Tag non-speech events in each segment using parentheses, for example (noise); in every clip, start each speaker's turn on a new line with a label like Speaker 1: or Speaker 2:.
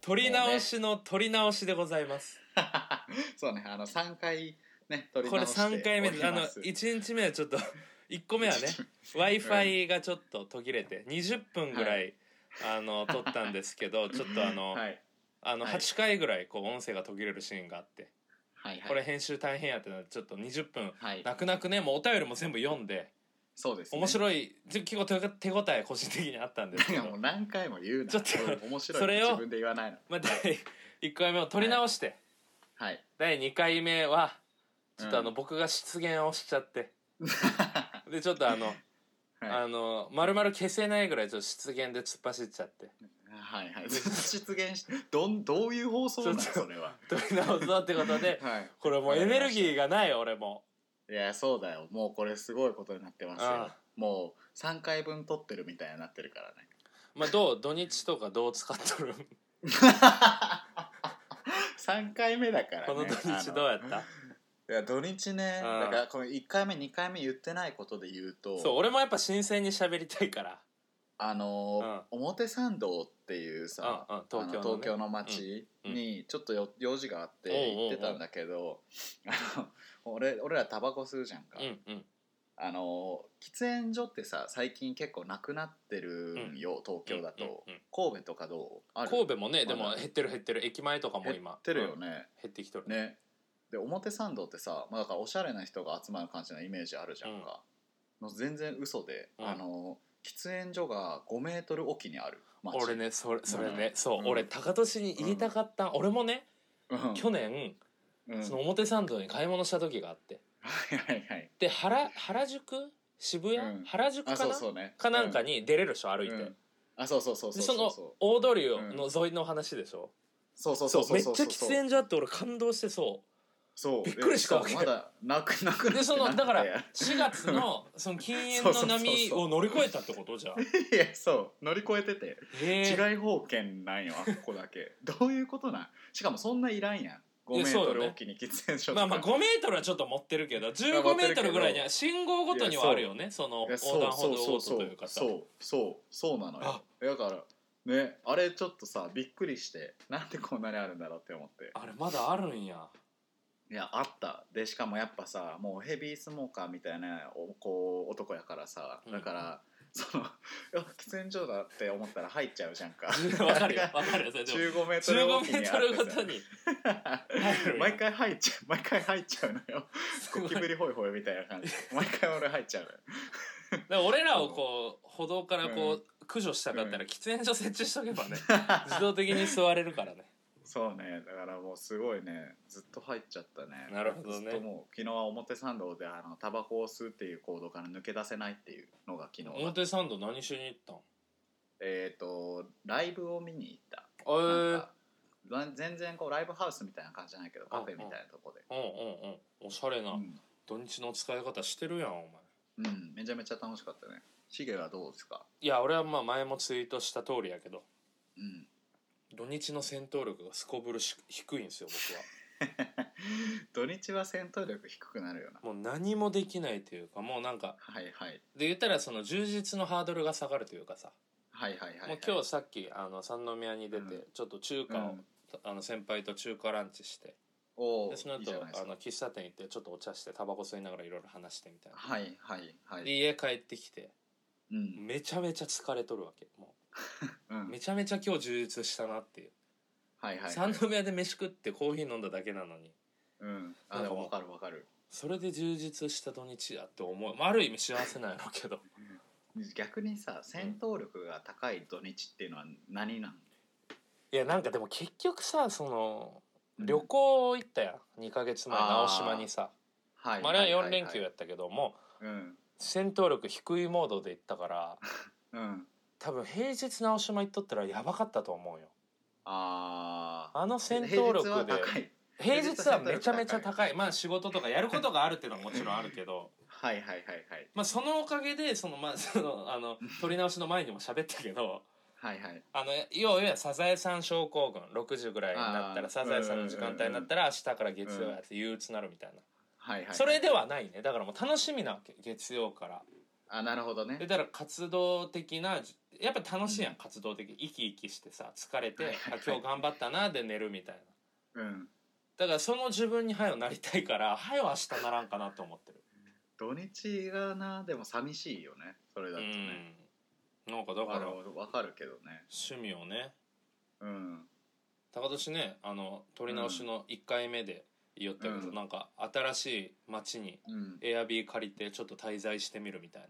Speaker 1: 取り直しの取り直しでございます。
Speaker 2: そうねあの3回ね取り
Speaker 1: これ
Speaker 2: 直しておりま
Speaker 1: 3
Speaker 2: す
Speaker 1: 回目ですあの1日目はちょっと1個目はね w i f i がちょっと途切れて20分ぐらい、あの撮ったんです
Speaker 2: (laughs)
Speaker 1: けどちょっとあの,、
Speaker 2: はい
Speaker 1: あの
Speaker 2: はい
Speaker 1: 8回ぐらいこう音声が途切れるシーンがあって
Speaker 2: はいはい
Speaker 1: これ編集大変やってなってちょっと20分
Speaker 2: はい
Speaker 1: 泣く泣くねもうお便りも全部読んで
Speaker 2: そうです、ね、
Speaker 1: 面白い結構手応手応え個人的にあったんです
Speaker 2: い
Speaker 1: け
Speaker 2: やも
Speaker 1: ど
Speaker 2: う、何回も言うな
Speaker 1: ちょっと
Speaker 2: 面白い
Speaker 1: そ
Speaker 2: そ
Speaker 1: れを
Speaker 2: 自分で言わないの
Speaker 1: まあ、第1回目を撮り直して、
Speaker 2: はい
Speaker 1: 第2回目はちょっとあの、
Speaker 2: うん
Speaker 1: 僕が失言をしちゃ
Speaker 2: (laughs)
Speaker 1: ってでちょっとあの
Speaker 2: はい
Speaker 1: あの丸々消せないぐらいちょっと失言で突っ走っちゃって
Speaker 2: はいはい (laughs) 出現しどんどういう放送なの
Speaker 1: ちょっと
Speaker 2: それは
Speaker 1: 取り直そうってこと
Speaker 2: (laughs)
Speaker 1: で
Speaker 2: はい
Speaker 1: これもうエネルギーがない俺も
Speaker 2: いやそうだよもうこれすごいことになってますよ
Speaker 1: ああ
Speaker 2: もう3回分撮ってるみたいになってるからね
Speaker 1: まあどう土日とかどう使っと
Speaker 2: (laughs)
Speaker 1: る
Speaker 2: 3回目だからね
Speaker 1: この土日どうやった
Speaker 2: いや土日
Speaker 1: う
Speaker 2: ね
Speaker 1: ん
Speaker 2: だからこの1回目2回目言ってないことで言うと
Speaker 1: そう俺もやっぱ新鮮に喋りたいから
Speaker 2: あのー表参道っていうさ
Speaker 1: うんうん東京の、
Speaker 2: あの
Speaker 1: ね、
Speaker 2: 東京の街にちょっとよ用事があって
Speaker 1: おうおうおう
Speaker 2: 行ってたんだけどあの俺俺らタバコ吸うじゃんか、
Speaker 1: うんうん
Speaker 2: あのー喫煙所ってさ最近結構なくなってるんよ、東京だと、
Speaker 1: うんうん
Speaker 2: 神戸とかどうある
Speaker 1: 神戸もねで
Speaker 2: ま
Speaker 1: も
Speaker 2: だ
Speaker 1: 減ってる減ってる駅前とかも
Speaker 2: 減
Speaker 1: 今
Speaker 2: ってるよ
Speaker 1: うん
Speaker 2: ね、
Speaker 1: 減ってきとる
Speaker 2: ねで表参道ってさ、まあ、だからおしゃれな人が集まる感じのイメージあるじゃんか、の全然嘘で、
Speaker 1: うん
Speaker 2: あの喫煙所が5メートルおきにある街
Speaker 1: 俺、ねそれそれね、
Speaker 2: うん
Speaker 1: そう、
Speaker 2: うん
Speaker 1: 俺高年に言いたかった、俺もね
Speaker 2: うん、
Speaker 1: 去年、
Speaker 2: うん
Speaker 1: その表参道に買い物した時があって
Speaker 2: はいはいはい
Speaker 1: で原原宿渋谷、
Speaker 2: うん
Speaker 1: 原宿か
Speaker 2: あ
Speaker 1: な
Speaker 2: そうそうね
Speaker 1: かなんかに出れるでしょ歩
Speaker 2: う
Speaker 1: い
Speaker 2: ん
Speaker 1: て、
Speaker 2: うんあそうそうそうそ
Speaker 1: で
Speaker 2: う
Speaker 1: その
Speaker 2: そう
Speaker 1: 大通りの沿いの話でしょ、
Speaker 2: そうそう
Speaker 1: そ
Speaker 2: そうう
Speaker 1: めっちゃ喫煙所あって俺感動してそ
Speaker 2: そう
Speaker 1: びっくりしたわけ
Speaker 2: えそうまだなくなくなってなくて
Speaker 1: でそのだからう4月
Speaker 2: (laughs)
Speaker 1: のその禁煙の波を乗り越えたってことじゃあ
Speaker 2: いやそう乗り越えてて
Speaker 1: へ
Speaker 2: 治
Speaker 1: え
Speaker 2: 外法権なんよあっこだけどういうことなんしかもそんないらんやん
Speaker 1: い
Speaker 2: 5
Speaker 1: や
Speaker 2: メ
Speaker 1: そ
Speaker 2: ー
Speaker 1: う
Speaker 2: ト
Speaker 1: よね
Speaker 2: ルおきに喫煙所と
Speaker 1: ま
Speaker 2: か
Speaker 1: あまあ5メートルはちょっと持ってるけど15メートルぐらいには信号ごとにはあるよねその
Speaker 2: いや
Speaker 1: 横
Speaker 2: そう
Speaker 1: 断歩道
Speaker 2: そ
Speaker 1: ご
Speaker 2: うそ
Speaker 1: と
Speaker 2: う
Speaker 1: というかさ
Speaker 2: そうそうそうなのよだからねあれちょっとさびっくりしてなんでこんなにあるんだろうって思って
Speaker 1: あれまだある
Speaker 2: (laughs)
Speaker 1: んや
Speaker 2: いやあったでしかもやっぱさもうヘビースモーカーみたいなおこう男やからさだから、そのい (laughs) や喫煙所だって思ったら入っちゃうじゃんか
Speaker 1: (laughs) わかる
Speaker 2: (laughs)
Speaker 1: よわかるよそれでも
Speaker 2: 15メートル
Speaker 1: 15
Speaker 2: おき
Speaker 1: メ
Speaker 2: に
Speaker 1: ー
Speaker 2: あ
Speaker 1: トル
Speaker 2: っ
Speaker 1: ご
Speaker 2: て
Speaker 1: と
Speaker 2: さ
Speaker 1: に入る
Speaker 2: (laughs) 毎回入っちゃう毎回入っちゃうの
Speaker 1: (laughs)
Speaker 2: よゴキブリホイホイみたいな感じ毎回俺入っちゃうのよ
Speaker 1: だから俺らをこう歩道からこう、
Speaker 2: う
Speaker 1: 駆除したかったら
Speaker 2: う
Speaker 1: 喫煙所設置しとけば
Speaker 2: (laughs)
Speaker 1: ね自動的に座れるからね
Speaker 2: そうねだからもうすごいねずっと入っちゃったね
Speaker 1: なるほどね
Speaker 2: ずっともう昨日は表参道であのタバコを吸うっていう行動から抜け出せないっていうのが昨日だ
Speaker 1: 表参道何しに行ったん
Speaker 2: えっ、とライブを見に行った
Speaker 1: えー、
Speaker 2: なんかな全然こうライブハウスみたいな感じじゃないけどカフェみたいなとこで
Speaker 1: うんうんうんおしゃれな、
Speaker 2: うん、
Speaker 1: 土日の使い方してるやんお前
Speaker 2: うん、めちゃめちゃ楽しかったねシゲはどうですか
Speaker 1: いや俺はまあ前もツイートした通りやけど
Speaker 2: うん
Speaker 1: 土日の戦闘力がすこぶるし低いんですよ僕は
Speaker 2: 土日は戦闘力低くなるよな
Speaker 1: もう何もできないというかもうなんか
Speaker 2: はいはい
Speaker 1: で言ったらその充実のハードルが下がるというかさ、
Speaker 2: はいはいはい、はい、
Speaker 1: もう今日さっきあの三宮に出て、
Speaker 2: うん
Speaker 1: ちょっと中華を、
Speaker 2: うん
Speaker 1: あの先輩と中華ランチして
Speaker 2: おー
Speaker 1: でその後
Speaker 2: いいじゃないです
Speaker 1: あ
Speaker 2: か
Speaker 1: の喫茶店行ってちょっとお茶してタバコ吸いながらいろいろ話してみたいな、
Speaker 2: はいはいは
Speaker 1: で
Speaker 2: い
Speaker 1: 家帰ってきて
Speaker 2: うん
Speaker 1: めちゃめちゃ疲れとるわけも
Speaker 2: うん
Speaker 1: うめちゃめちゃ今日充実したなっていう、
Speaker 2: はいはいはい
Speaker 1: 三宮で飯食ってコーヒー飲んだだけなのに
Speaker 2: うん
Speaker 1: な
Speaker 2: あ
Speaker 1: ん
Speaker 2: で
Speaker 1: かもう
Speaker 2: も分かる分かる
Speaker 1: それで充実した土日やって思う、まあ、ある意味幸せなんやろうけど
Speaker 2: 逆にさ戦闘力が高い土日っていうのは何なん、
Speaker 1: いやなんかでも結局さその
Speaker 2: うん
Speaker 1: 旅行行ったやん2ヶ月前
Speaker 2: あー
Speaker 1: 直島にさ
Speaker 2: はい
Speaker 1: まああれは4連休
Speaker 2: はい
Speaker 1: やったけども
Speaker 2: はいはい
Speaker 1: 戦闘力低いモードで行ったから
Speaker 2: うんうん
Speaker 1: 多分平日直島行っとったらやばかったと思うよ
Speaker 2: ああ
Speaker 1: あの戦闘力
Speaker 2: は
Speaker 1: で
Speaker 2: 高い
Speaker 1: 平
Speaker 2: 平
Speaker 1: 日
Speaker 2: 日
Speaker 1: は
Speaker 2: は
Speaker 1: めちゃめちゃ高いまあ仕事とかやることがあるっていうのはもちろんあるけ
Speaker 2: (laughs)
Speaker 1: ど
Speaker 2: はいはいはいはい
Speaker 1: まあそのおかげでそのまあそのあの撮り直しの前にも喋ったけど
Speaker 2: はいはい
Speaker 1: あの要は要はサザエさん症候群6時ぐらいになった
Speaker 2: あ
Speaker 1: ら
Speaker 2: ー
Speaker 1: サザエさんの時間帯になったら明日から月曜やって憂鬱になるみたいな
Speaker 2: はいはい
Speaker 1: それではないねだからもう楽しみなわけ月曜から
Speaker 2: あなるほどね
Speaker 1: でだから活動的なじやっぱ楽しいやん、
Speaker 2: うん
Speaker 1: 活動的生き生きしてさ疲れて、
Speaker 2: はいはいはい
Speaker 1: あ今日頑張ったなで寝るみたいな
Speaker 2: うん
Speaker 1: だからその自分に早よなりたいから早よ明日ならんかなと思ってる、
Speaker 2: 土日がなでも寂しいよねそれだと
Speaker 1: う
Speaker 2: ね、
Speaker 1: んなんかだ
Speaker 2: わ
Speaker 1: から
Speaker 2: かる
Speaker 1: 趣
Speaker 2: わかるけどね
Speaker 1: 味をね
Speaker 2: うん
Speaker 1: 高年ねあの撮り直しの1回目で言ったけど、
Speaker 2: うん
Speaker 1: なんか新しい街に
Speaker 2: うん、
Speaker 1: エアビー借りてちょっと滞在してみるみたいな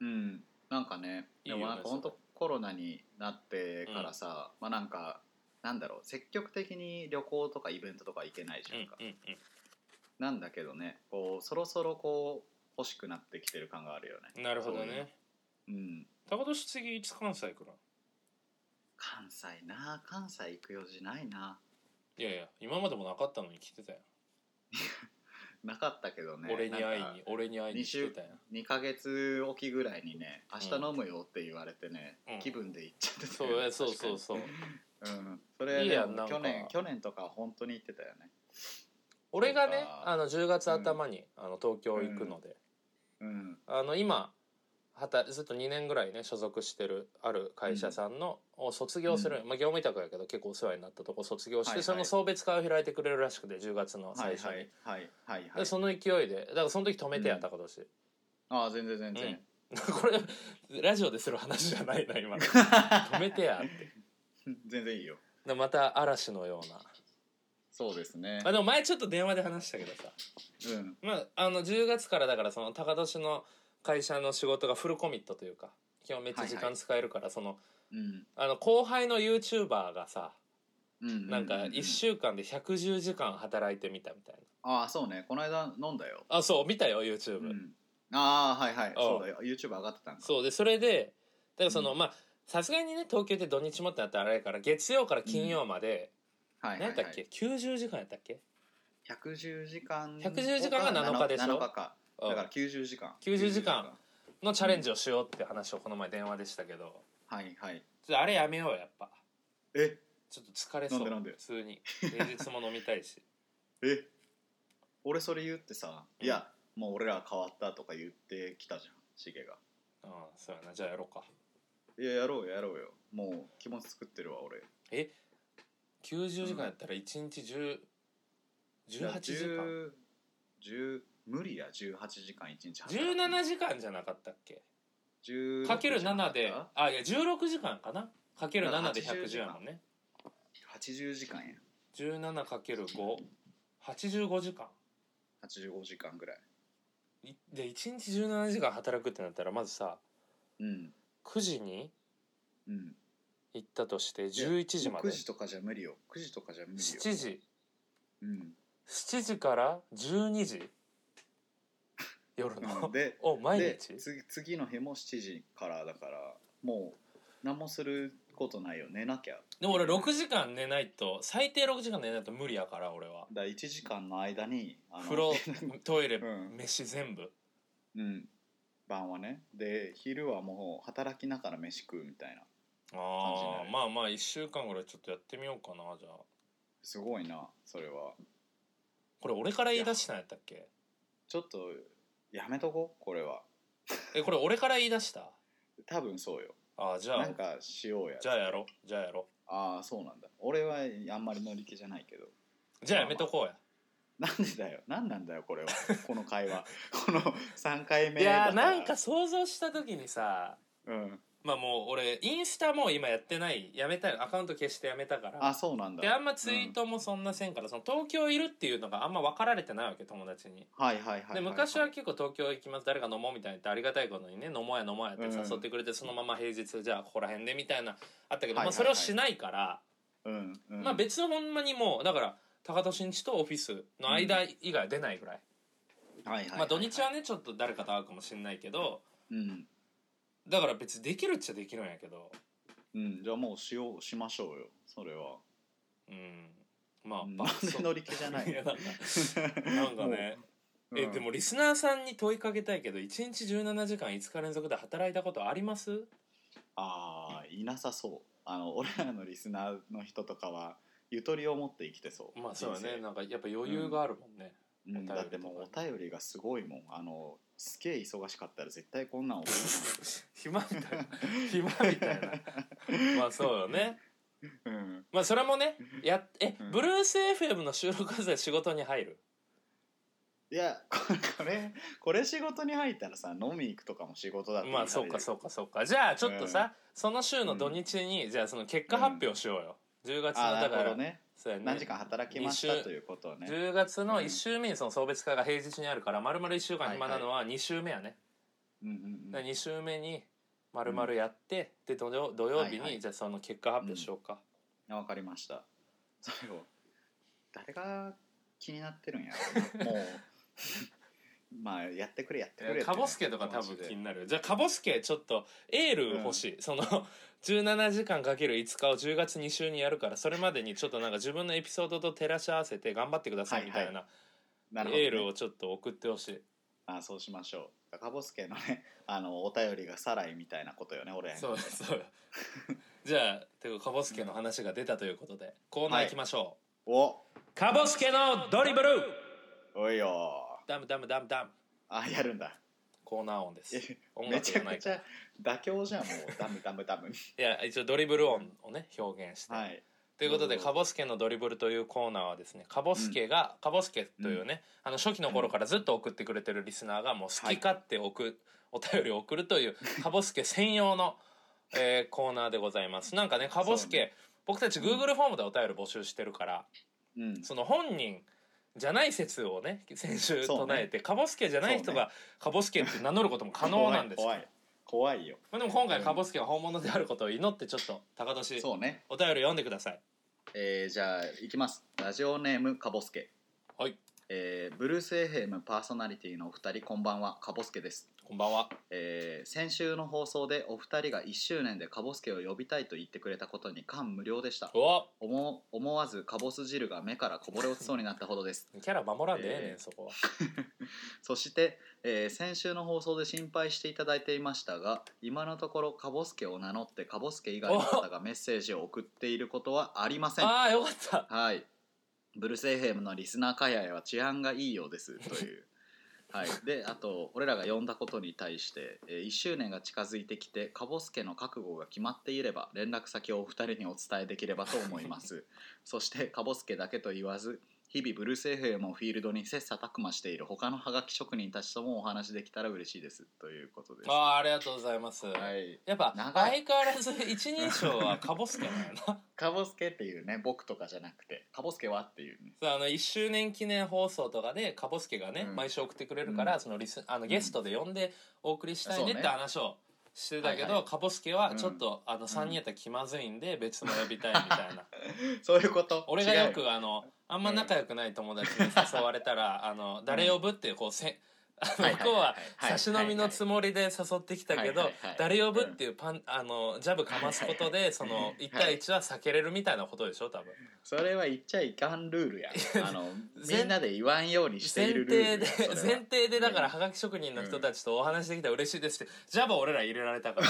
Speaker 2: うん、なんかねで
Speaker 1: いい
Speaker 2: も
Speaker 1: よね
Speaker 2: なんか本当コロナになってからさ、まあなんかなんだろう積極的に旅行とかイベントとか行けないじゃんか、
Speaker 1: うんうん
Speaker 2: なんだけどねこうそろそろこう欲しくなってきてる感があるよね
Speaker 1: うんなるほど
Speaker 2: そういう
Speaker 1: ね
Speaker 2: うん
Speaker 1: 高年次いつ関西来るん
Speaker 2: 関西な関西行く用事ないない
Speaker 1: やいや今までもなかったのに来てたよ、
Speaker 2: なかったけどね
Speaker 1: 俺に会い
Speaker 2: なん
Speaker 1: に
Speaker 2: か
Speaker 1: 俺に会いに来てたよ
Speaker 2: 2ヶ月おきぐらいにね「明
Speaker 1: うん
Speaker 2: 日飲むよ」って言われてね、
Speaker 1: うん
Speaker 2: 気分で行っちゃってた
Speaker 1: そう
Speaker 2: よね
Speaker 1: そう
Speaker 2: 確か
Speaker 1: そ
Speaker 2: に
Speaker 1: うそう
Speaker 2: うん、それ
Speaker 1: いいやん
Speaker 2: で
Speaker 1: な
Speaker 2: も
Speaker 1: んか
Speaker 2: 去年去年とか本当に行ってたよね
Speaker 1: 俺がね
Speaker 2: そうか
Speaker 1: あの10月頭に、あの東京行くので、
Speaker 2: うん
Speaker 1: あの今はたずっと2年ぐらいね所属してるある会社さんの、を卒業する、
Speaker 2: う
Speaker 1: まあ、業務委託やけど結構お世話になったとこ卒業して、
Speaker 2: はいはい
Speaker 1: その送別会を開いてくれるらしくて10月の
Speaker 2: は
Speaker 1: 最
Speaker 2: い
Speaker 1: 初に、
Speaker 2: はいはいはいは
Speaker 1: で
Speaker 2: い
Speaker 1: その勢いでだからその時止めてや、
Speaker 2: うん
Speaker 1: 高年
Speaker 2: ああ全然全然、
Speaker 1: (laughs) これラジオでする話じゃないな
Speaker 2: (laughs)
Speaker 1: 今止めてやって
Speaker 2: 全然いいよ
Speaker 1: でまた嵐のような
Speaker 2: そうですね
Speaker 1: (laughs) あでも前ちょっと電話で話したけどさ、
Speaker 2: うん
Speaker 1: まあ、あの10月からだからその高年の会社の仕事がフルコミットというか基本めっちゃ時間使えるから、その
Speaker 2: うん
Speaker 1: あの後輩の YouTuber がさ
Speaker 2: うん
Speaker 1: なんか
Speaker 2: うう
Speaker 1: 1週間で110時間働いてみたみたい
Speaker 2: ああそうねこの間飲んだよ、
Speaker 1: なあそう見たよ
Speaker 2: う
Speaker 1: YouTube、
Speaker 2: ん、ああはいはい
Speaker 1: ん
Speaker 2: そうだよ YouTube 上がってたんか
Speaker 1: そうでそれでだからその、
Speaker 2: う
Speaker 1: まあさすがにね東京って土日もってなったらあれやから月曜から金曜まで、
Speaker 2: はいはい、
Speaker 1: 何や
Speaker 2: は
Speaker 1: っ
Speaker 2: い、
Speaker 1: たっけ、90時間やったっけ、
Speaker 2: 110時間
Speaker 1: 110時間が7日でしょ
Speaker 2: 7日か
Speaker 1: うん
Speaker 2: だから90時間
Speaker 1: 90時間のチャレンジをしようって話をこの前電話でしたけど、
Speaker 2: はいはい
Speaker 1: ちょっとあれやめようやっぱ
Speaker 2: え
Speaker 1: ちょっと疲れそう
Speaker 2: なんでなんで
Speaker 1: 普通
Speaker 2: (laughs)
Speaker 1: に平日も飲みたいし
Speaker 2: え俺それ言ってさ「
Speaker 1: うん
Speaker 2: いやもう俺ら変わった」とか言ってきたじゃんシゲが
Speaker 1: うんそうやなじゃあやろうか
Speaker 2: 「いややろうよやろうよもう気持ち作ってるわ俺」
Speaker 1: 90時間やったら1日10 18時間
Speaker 2: 間10無理や18時間1日
Speaker 1: 17時間じゃなかったっけ
Speaker 2: 17
Speaker 1: かける7であいや16時間かなかける7で
Speaker 2: 80
Speaker 1: 110やもんね
Speaker 2: 80時間や
Speaker 1: 17かける585時間
Speaker 2: 85時間ぐらい
Speaker 1: いで1日17時間働くってなったらまずさ
Speaker 2: うん
Speaker 1: 9時に
Speaker 2: うん
Speaker 1: 行ったとして11時まで
Speaker 2: 9時とかじゃ無理よ9時とかじゃ無理よ
Speaker 1: 7時
Speaker 2: うん
Speaker 1: 7時から12時夜
Speaker 2: う
Speaker 1: の
Speaker 2: んで
Speaker 1: を毎
Speaker 2: で
Speaker 1: 日
Speaker 2: 次次の日も7時からだからもう何もすることないよ寝なきゃ
Speaker 1: でも俺6時間寝ないと最低6時間寝ないと無理やから俺は
Speaker 2: だ1時間の間にあの
Speaker 1: 風
Speaker 2: (laughs)
Speaker 1: 呂トイレ、
Speaker 2: うん
Speaker 1: 飯全部
Speaker 2: うん晩はねで昼はもう働きながら飯食うみたいな感じ
Speaker 1: あ
Speaker 2: にな
Speaker 1: あ
Speaker 2: る
Speaker 1: まあまあ1週間ぐらいちょっとやってみようかなじゃあ
Speaker 2: すごいなそれは
Speaker 1: これ俺から言い出したんやったっけ
Speaker 2: ちょっとやめとこうこれは
Speaker 1: えこれ俺から言い出した
Speaker 2: 多分そうよ
Speaker 1: ああじゃ
Speaker 2: な
Speaker 1: あ
Speaker 2: んかしようや
Speaker 1: じゃあやろうじゃあやろ
Speaker 2: ああそうなんだ俺はあんまり乗り気じゃないけど
Speaker 1: うじゃあやめとこうや、
Speaker 2: なんでだよなんなんだよこれはこの
Speaker 1: (laughs)
Speaker 2: 会話この3回目
Speaker 1: いやー
Speaker 2: だら
Speaker 1: なんか想像した時にさ
Speaker 2: うん
Speaker 1: まあもう俺インスタもう今やってないやめたよアカウント消してやめたから
Speaker 2: あそうなんだ
Speaker 1: であんまツイートもそんなせんから、その東京いるっていうのがあんま分かられてないわけ友達に
Speaker 2: はいはいはいいい
Speaker 1: で昔は結構東京行きます誰か飲もうみたいな言ってありがたいことにね飲もうや飲もうやって
Speaker 2: うん
Speaker 1: 誘ってくれてそのまま平日じゃあここら辺でみたいなあったけど、
Speaker 2: はいはいはい
Speaker 1: まあ、それをしないから、
Speaker 2: うんうん
Speaker 1: まあ別のほんまにもうだから高田新地とオフィスの間以外は出ないぐらい、
Speaker 2: はいはいいい
Speaker 1: まあ土日はねちょっと誰かと会うかもしれないけど
Speaker 2: うん
Speaker 1: だから別にできるっちゃできるんやけど
Speaker 2: うんじゃあもうしようしましょうよそれは
Speaker 1: うんまあ
Speaker 2: うん
Speaker 1: 爆 (laughs)
Speaker 2: なんで乗り気じゃないの
Speaker 1: やなんかなんかねえでもリスナーさんに問いかけたいけど1日17時間5日連続で働いたことあります
Speaker 2: ああいなさそうあの (laughs) 俺らのリスナーの人とかはゆとりを持って生きてそう
Speaker 1: まあそうだね
Speaker 2: 人
Speaker 1: なんかやっぱ余裕があるもんね、
Speaker 2: 生うん、だってもう
Speaker 1: お便りと
Speaker 2: お便りがすごいもんあのすげえ忙しかったら絶対こんなん覚
Speaker 1: 暇みたいな
Speaker 2: えて
Speaker 1: 暇
Speaker 2: な
Speaker 1: (laughs) み
Speaker 2: い
Speaker 1: たいなまあそうよね
Speaker 2: (laughs) うん
Speaker 1: まあそれもねやっえ、
Speaker 2: うん
Speaker 1: ブルース FM の収録で仕事に入る
Speaker 2: いやここれこれ仕事に入ったらさ飲み行くとかも仕事だって
Speaker 1: まあそうか
Speaker 2: う
Speaker 1: そうかそうかじゃあちょっとさ、その週の土日に、じゃあその結果発表しようよ、10月
Speaker 2: あ
Speaker 1: の
Speaker 2: あな
Speaker 1: だ
Speaker 2: る
Speaker 1: か
Speaker 2: ほ
Speaker 1: ら、
Speaker 2: どね
Speaker 1: そうやね
Speaker 2: 何時間働きました
Speaker 1: 二週
Speaker 2: ということをね
Speaker 1: 10月の
Speaker 2: うん
Speaker 1: 1週目にその送別会が平日にあるから丸々1週間暇なのは2週目やね、
Speaker 2: うんうんうん
Speaker 1: 2週目に丸々やって、で土曜土曜日に、
Speaker 2: はいはい
Speaker 1: じゃあその結果発表しようか、
Speaker 2: あわかりました最後誰が気になってるんや
Speaker 1: (laughs)
Speaker 2: ろなもう (laughs) まあやってくれやってくれ
Speaker 1: カボスケとか多分気になるじゃあカボスケちょっとエール欲しい、その (laughs) 17時間かける5日を10月2週にやるからそれまでにちょっとなんか自分のエピソードと照らし合わせて頑張ってくださいみたいな、
Speaker 2: なるほど、ね、
Speaker 1: エールをちょっと送ってほしい
Speaker 2: あそうしましょうカボスケのね (laughs) あのお便りがサライみたいなことよね俺
Speaker 1: そうそうじゃあてかカボスケの話が出たということでコーナー行きましょう、
Speaker 2: お
Speaker 1: カボスケのドリブル
Speaker 2: おいよ
Speaker 1: ダムダムダムダム
Speaker 2: あやるんだ
Speaker 1: コーナー音です
Speaker 2: え
Speaker 1: 音
Speaker 2: め
Speaker 1: 楽
Speaker 2: ち
Speaker 1: じ
Speaker 2: ゃ
Speaker 1: ゃな
Speaker 2: く
Speaker 1: い
Speaker 2: ちゃ妥協じゃんもうダムダムダ
Speaker 1: (laughs)
Speaker 2: ム
Speaker 1: いや一応ドリブル音をね表現して、
Speaker 2: はい
Speaker 1: ということ
Speaker 2: な
Speaker 1: で
Speaker 2: るほ
Speaker 1: カ
Speaker 2: ど
Speaker 1: ボスケのドリブルというコーナーはですねカボスケが、カボスケというね、あの初期の頃からずっと送ってくれてるリスナーがもう好き勝手送、お便りを送るというカボスケ専用の、えーコーナーでございますなんかねカボスケ、
Speaker 2: そ
Speaker 1: 僕たち Google フォームでお便り募集してるから、
Speaker 2: うん
Speaker 1: その本人じゃない説をね先週
Speaker 2: そう
Speaker 1: 唱
Speaker 2: ね
Speaker 1: えて、カボスケじゃない人
Speaker 2: そう
Speaker 1: が、カボスケって名乗ることも可能なんですよ
Speaker 2: 怖い怖い怖いよ
Speaker 1: まあ、でも今
Speaker 2: う
Speaker 1: 回
Speaker 2: ん
Speaker 1: カボスケが本物であることを祈ってちょっと高年
Speaker 2: そうね
Speaker 1: お便り読んでください
Speaker 2: えー、じゃあいきますラジオネームカボスケ
Speaker 1: はい
Speaker 2: えー、ブルース・エヘムパーソナリティのお二人こんばんはカボスケです
Speaker 1: こんばんは
Speaker 2: えー先週の放送でお二人が1周年でカボスケを呼びたいと言ってくれたことに感無量でした
Speaker 1: うわ
Speaker 2: 思思わずカボス汁が目からこぼれ落ちそうになったほどです (laughs)
Speaker 1: キャラ守らんでええねん、
Speaker 2: えー
Speaker 1: そこは
Speaker 2: そして、えー先週の放送で心配していただいていましたが今のところカボスケを名乗ってカボスケ以外の方がメッセージを送っていることはありません
Speaker 1: ああよかった
Speaker 2: はい。ブルース・エイヘムのリスナー界隈は治安がいいようですと
Speaker 1: (laughs)
Speaker 2: いう。はい、であと俺らが呼んだことに対して、え1周年が近づいてきてカボスケの覚悟が決まっていれば連絡先をお二人にお伝えできればと思います
Speaker 1: (laughs)
Speaker 2: そしてカボスケだけと言わず日々ブルース・エイヘムをフィールドに切磋琢磨している他のハガキ職人たちともお話できたら嬉しいですということです
Speaker 1: あ
Speaker 2: は
Speaker 1: あありがとうございます、
Speaker 2: い、
Speaker 1: やっぱ
Speaker 2: 長
Speaker 1: 相
Speaker 2: い
Speaker 1: 変わらず一人称はカボスケなんやな
Speaker 2: カボスケっていうね僕とかじゃなくてカボスケはっていうね
Speaker 1: そう
Speaker 2: (laughs)
Speaker 1: あの1周年記念放送とかでカボスケがね、
Speaker 2: うん
Speaker 1: 毎週送ってくれるから、
Speaker 2: うん
Speaker 1: そのリスあのゲストで呼んでお送りしたいねっ
Speaker 2: そ
Speaker 1: て
Speaker 2: うね
Speaker 1: 話をしてたけど、
Speaker 2: はいはい
Speaker 1: カボスケはちょっと、あの3人やったら気まずいんで別も呼びたいみたいな
Speaker 2: (laughs) そういうこと
Speaker 1: 俺がよ
Speaker 2: 違う
Speaker 1: くあのあんま仲良くない友達に誘われたら、あの誰呼ぶってこうせあの
Speaker 2: はい
Speaker 1: 向こうはい差し飲みのつ
Speaker 2: は
Speaker 1: もりで誘ってきたけど
Speaker 2: はいはいはい
Speaker 1: 誰呼ぶっていうパンあのジャブかますことでその1対1は避けれるみたいなことでしょ多分
Speaker 2: いはいそれは言っちゃいかんルールやあの
Speaker 1: 前
Speaker 2: みんなで言わんようにして
Speaker 1: 前
Speaker 2: いるル
Speaker 1: 提
Speaker 2: ール
Speaker 1: で
Speaker 2: やそれは
Speaker 1: 前提でだからはがき職人の人たちとお話できたら嬉しいですってジャブを俺ら入れられた
Speaker 2: (laughs)
Speaker 1: から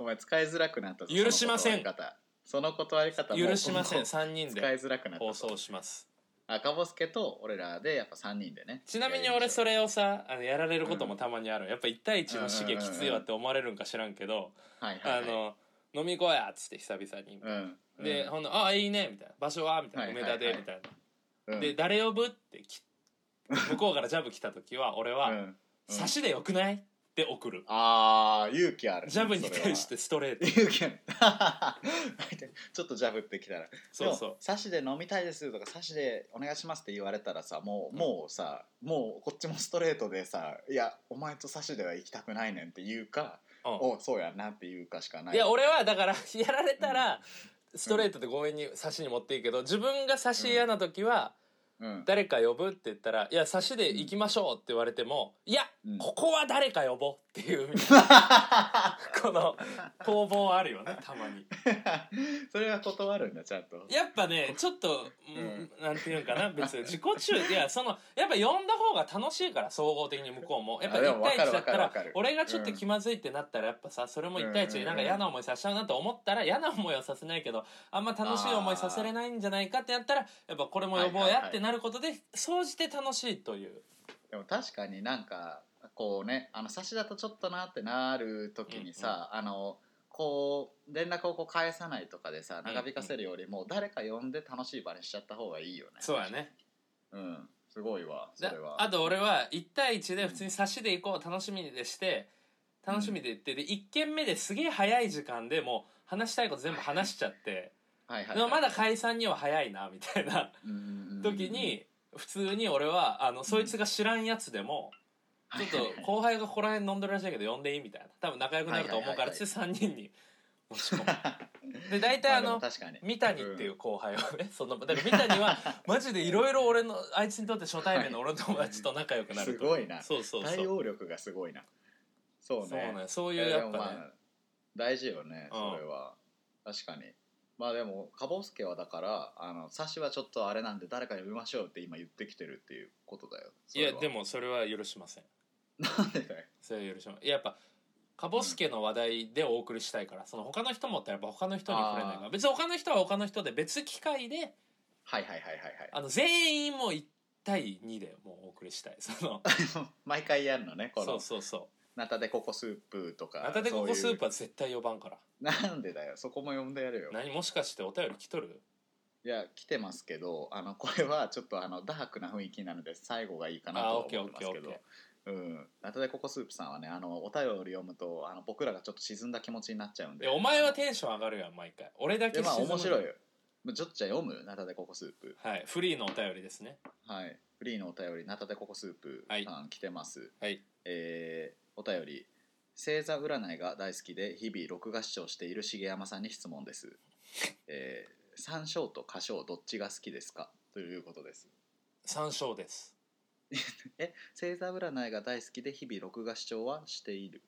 Speaker 2: お前使いづらくなったぞ
Speaker 1: 許しません
Speaker 2: その断り方その断り方も
Speaker 1: 許しません
Speaker 2: 今
Speaker 1: 3人
Speaker 2: 後使い
Speaker 1: で
Speaker 2: づらくなった
Speaker 1: 放送します
Speaker 2: 赤ボスケと俺らでやっぱ三人でね
Speaker 1: ちなみに俺そ
Speaker 2: れ
Speaker 1: れをさあのやられることもたまにあるやっぱ1対1の刺激きついわって思われるんか知らんけど
Speaker 2: はいはい
Speaker 1: あ
Speaker 2: はい
Speaker 1: の飲み行こうやっつって久々に
Speaker 2: うんうん
Speaker 1: でほんの「あいいね」みたいな「場所は?」みたいな「
Speaker 2: はい
Speaker 1: 梅
Speaker 2: はいは
Speaker 1: 田
Speaker 2: い
Speaker 1: で」みたいな
Speaker 2: うん
Speaker 1: で誰呼ぶってき向こうからジャブ来た時は俺
Speaker 2: う
Speaker 1: は
Speaker 2: ん
Speaker 1: 「差しでよくない?」って送る
Speaker 2: あー勇気ある
Speaker 1: ジャブに対し
Speaker 2: それは
Speaker 1: てストレート
Speaker 2: 勇気ある (laughs) ちょっとジャブってきたら
Speaker 1: そうそう
Speaker 2: サシで飲みたいですとかサシでお願いしますって言われたらさもう、
Speaker 1: うん
Speaker 2: もうさもうこっちもストレートでさ「いやお前とサシでは行きたくないねん」って言うか「
Speaker 1: うん
Speaker 2: おそうやな」って言うかしかない
Speaker 1: いや俺はだから (laughs) やられたらストレートで強引に差しに持っていいけど自分が差し嫌な時は
Speaker 2: うん、
Speaker 1: 誰か呼ぶって言ったら「いや差しで行きましょう」って言われても「いや
Speaker 2: うん
Speaker 1: ここは誰か呼ぼう」っていう
Speaker 2: (laughs)
Speaker 1: この攻防はあるよねたまに。
Speaker 2: それは断るんだちゃんと
Speaker 1: やっぱねちょっと、
Speaker 2: ん
Speaker 1: うん、なんていうんかな別に自己
Speaker 2: (laughs)
Speaker 1: 中いやそのやっぱ呼んだ方が楽しいから総合的に向こうもやっぱ
Speaker 2: あでも
Speaker 1: 1対1だ
Speaker 2: わ
Speaker 1: った
Speaker 2: かるわ
Speaker 1: ら
Speaker 2: かるわかる
Speaker 1: 俺がちょっと気まずいってなったらやっぱさそれも1対1でなんか嫌な思いさせちゃうなと思ったら嫌な思いはさせないけどあんま楽しい思いさせれないんじゃないかってやったらやっぱこれも呼ぼう
Speaker 2: はいはい
Speaker 1: や
Speaker 2: はい
Speaker 1: ってなることで総じて楽しいという
Speaker 2: でも確かになんかこうねあの差しだとちょっとなってなる時にさ、あのこう連絡をこう返さないとかでさ
Speaker 1: んうん
Speaker 2: 長引かせるよりも誰か呼んで楽しい場にしちゃった方がいいよね。
Speaker 1: そうやね
Speaker 2: うんすごいわそ
Speaker 1: で
Speaker 2: れは。
Speaker 1: あと俺は1対1で普通に差しで行こう楽しみでして楽しみで行ってで1軒目ですげえ早い時間でもう話したいこと全部話しちゃって
Speaker 2: はいはい
Speaker 1: で
Speaker 2: は
Speaker 1: も
Speaker 2: い、
Speaker 1: まだ解散には早いなみたいな
Speaker 2: うんうんうん
Speaker 1: 時に普通に俺はあのそいつが知らんやつでもちょっ
Speaker 2: はいはい
Speaker 1: と後輩がここら辺飲んでるらしいけど呼んでいいみたいな多分仲良くなると思うから
Speaker 2: はいはいはいはい
Speaker 1: つって3人に持ち込
Speaker 2: (laughs)
Speaker 1: む。
Speaker 2: はい
Speaker 1: で大体
Speaker 2: ま
Speaker 1: あ
Speaker 2: あでも
Speaker 1: の
Speaker 2: 確かに
Speaker 1: 三谷っていう後輩はね、 (laughs) そのだから三谷
Speaker 2: (laughs)
Speaker 1: はマジでいろいろ俺のあいつにとって初対面の俺の友達と仲良くなると
Speaker 2: すごいな
Speaker 1: そうそうそう
Speaker 2: 対応力がすごいなそうね
Speaker 1: そうねそう
Speaker 2: い
Speaker 1: いう
Speaker 2: や
Speaker 1: や
Speaker 2: で
Speaker 1: っ
Speaker 2: も
Speaker 1: ぱね
Speaker 2: ま、あ大事よね
Speaker 1: うん
Speaker 2: それは、確かにまあでもかぼすけはだからあのサシはちょっとあれなんで誰かに見ましょうって今言ってきてるっていうことだよそ
Speaker 1: い
Speaker 2: れは
Speaker 1: や
Speaker 2: (laughs)
Speaker 1: でもそれは許しません
Speaker 2: なんでだよ
Speaker 1: それは許しませんやっぱかぼすけの話題でお送りしたいからその他の人もってやっぱ他の人に触れないか
Speaker 2: あ
Speaker 1: ら別に他の人は他の人で別機会で
Speaker 2: はいはいはいは
Speaker 1: あの全員もう1対2でもうお送りしたいその
Speaker 2: いはい毎回やるのねこ
Speaker 1: そ
Speaker 2: の
Speaker 1: うそうそ
Speaker 2: ナタデココスープと
Speaker 1: う
Speaker 2: か
Speaker 1: ナタデココスープ
Speaker 2: そう
Speaker 1: は絶対呼ばんから
Speaker 2: いうなんでだよそこも呼んでやるよ
Speaker 1: 何もしかしてお便り来とる
Speaker 2: いや来てますけどあのこれはちょっとあのダークな雰囲気なので最後がいいかなと
Speaker 1: あ
Speaker 2: は
Speaker 1: オッ
Speaker 2: 思
Speaker 1: ケー
Speaker 2: い
Speaker 1: オッ
Speaker 2: ま
Speaker 1: ケー
Speaker 2: す
Speaker 1: オ
Speaker 2: け
Speaker 1: ッケ
Speaker 2: ど
Speaker 1: ー
Speaker 2: うん、ナタデココスープさんはねあのお便り読むとあの僕らがちょっと沈んだ気持ちになっちゃうん
Speaker 1: い
Speaker 2: で
Speaker 1: やお前はテンション上がるやん毎回俺だけ
Speaker 2: でまあ
Speaker 1: 沈む
Speaker 2: 面白いよまあちょっとじゃあ読むナタデココスープ
Speaker 1: はいフリーのお便りですね
Speaker 2: はいフリーのお便りナタデココスープ
Speaker 1: はい
Speaker 2: さん来てます、
Speaker 1: はい
Speaker 2: えーお便り星座占いが大好きで日々録画視聴している重山さんに質問です、えー、山椒と花椒どっちが好きですかということです
Speaker 1: 山椒です
Speaker 2: 星座占いが大好きで日々録画視聴はしている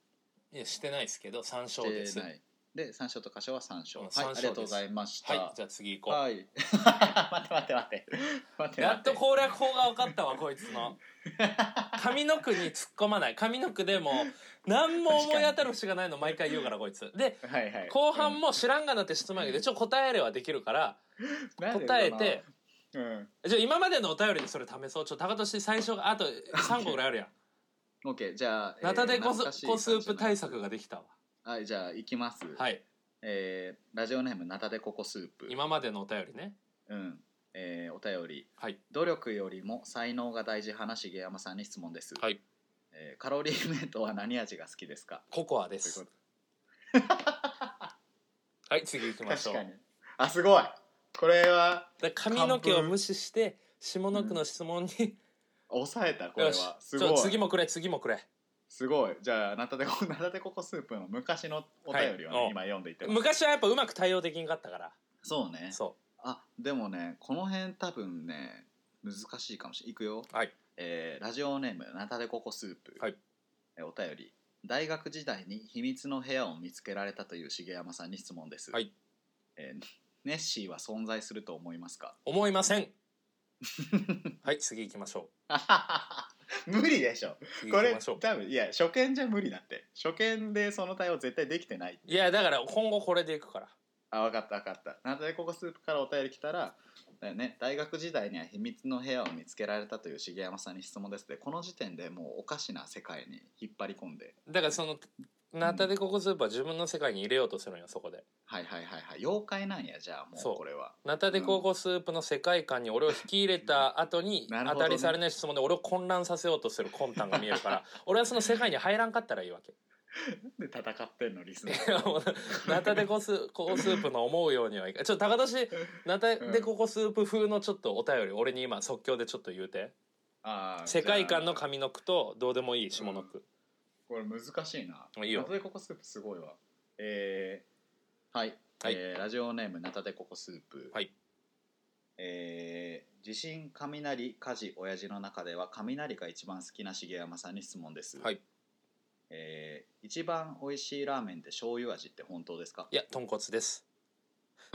Speaker 1: いやしてないですけど山
Speaker 2: し
Speaker 1: 椒で
Speaker 2: て
Speaker 1: す
Speaker 2: な
Speaker 1: はい
Speaker 2: いで三章と箇所は三章、
Speaker 1: うん
Speaker 2: はい
Speaker 1: 三章
Speaker 2: ありがとうございました
Speaker 1: じゃあ次行こう、
Speaker 2: はい (laughs) 待って待って待って待って
Speaker 1: やっと
Speaker 2: 待
Speaker 1: 攻略法が分かったわこいつ
Speaker 2: (laughs)
Speaker 1: の上の句に突っ込まない上の句でも何も思い当たる節がないの毎回言うからこいつで
Speaker 2: ってはいはい
Speaker 1: 後半も知らんがなって質問やけど一応答えれはできるから
Speaker 2: うん
Speaker 1: 答えて
Speaker 2: うん
Speaker 1: じゃあ今までのお便りでそれ試そうちょっと高俊最初があと3個ぐらいあるや
Speaker 2: (laughs)
Speaker 1: ん
Speaker 2: オッケーじゃあ
Speaker 1: ナタデコス
Speaker 2: 懐かしい
Speaker 1: コスープ
Speaker 2: 感
Speaker 1: 対
Speaker 2: じの
Speaker 1: 策ができたわ
Speaker 2: はいじゃあ行きます
Speaker 1: はい
Speaker 2: えーラジオネームナタデココスープ
Speaker 1: 今までのお便りね
Speaker 2: うんえーお便り
Speaker 1: はい
Speaker 2: 努力よりも才能が大事花重山さんに質問です
Speaker 1: はい
Speaker 2: えーカロリーメイトは何味が好きですか
Speaker 1: ココアで
Speaker 2: というこ
Speaker 1: す (laughs)
Speaker 2: と
Speaker 1: はい次行きましょ
Speaker 2: 確
Speaker 1: う
Speaker 2: かにあすごいこれは
Speaker 1: だから髪の毛を無視して下の句の質問に、
Speaker 2: 抑えたこれ
Speaker 1: よし
Speaker 2: はす
Speaker 1: ちょ
Speaker 2: ごい
Speaker 1: 次もくれ次もくれ
Speaker 2: すごいじゃあなたでこ (laughs) なたでここスープの昔のお便りをね、
Speaker 1: はい
Speaker 2: 今読んでいってます
Speaker 1: 昔はやっぱうまく対応できんかったから
Speaker 2: そうね
Speaker 1: そ
Speaker 2: あでもねこの辺多分ね難しいかもしれないいくよ、
Speaker 1: はい
Speaker 2: えーラジオネームなたでここスープ、
Speaker 1: はい
Speaker 2: えーお便り大学時代に秘密の部屋を見つけられたという重山さんに質問です、
Speaker 1: はい
Speaker 2: えーネッシーは存在すると思いますか (laughs)
Speaker 1: う思いませんはい次行きましょ
Speaker 2: 無理でしょ
Speaker 1: う次
Speaker 2: こ
Speaker 1: 行き
Speaker 2: れ
Speaker 1: ましょう
Speaker 2: 多分いや初見じゃ無理だって初見でその対応絶対できてない
Speaker 1: いやだから今後これでいくから
Speaker 2: あ分かった分かったなんでここスープからお便り来たら、だよね、大学時代には秘密の部屋を見つけられたという重山さんに質問ですでこの時点でもうおかしな世界に引っ張り込んで
Speaker 1: だからそのナタデココスープは自分の世界に入れようとするんよそこで
Speaker 2: はいはいはいはい妖怪なんやじゃあも
Speaker 1: そう
Speaker 2: うこれは
Speaker 1: ナタデココスープの世界観に俺を引き入れた後に
Speaker 2: なるほ
Speaker 1: 当
Speaker 2: どね
Speaker 1: たり障りない質問で俺を混乱させようとする魂胆が見えるから (laughs) 俺はその世界に入らんかったらいいわけ (laughs)
Speaker 2: で戦ってんのリスナ
Speaker 1: いや
Speaker 2: ー
Speaker 1: もうナタデコスコスープの思うようにはいかちょっと高年ナタデココスープ風のちょっとお便り俺に今即興でちょっと言うて
Speaker 2: あー
Speaker 1: 世界観の
Speaker 2: じゃあ
Speaker 1: 上の句とどうでもいい下の句、
Speaker 2: これ難しいな
Speaker 1: もういいよ
Speaker 2: ナタデココスープすごいわえー、はい、
Speaker 1: はい
Speaker 2: えーラジオネームナタデココスープ
Speaker 1: はい
Speaker 2: えー地震雷火事親父の中では雷が一番好きな重山さんに質問です、
Speaker 1: はい
Speaker 2: えー一番美味しいラーメンって醤油味って本当ですか
Speaker 1: いや豚骨です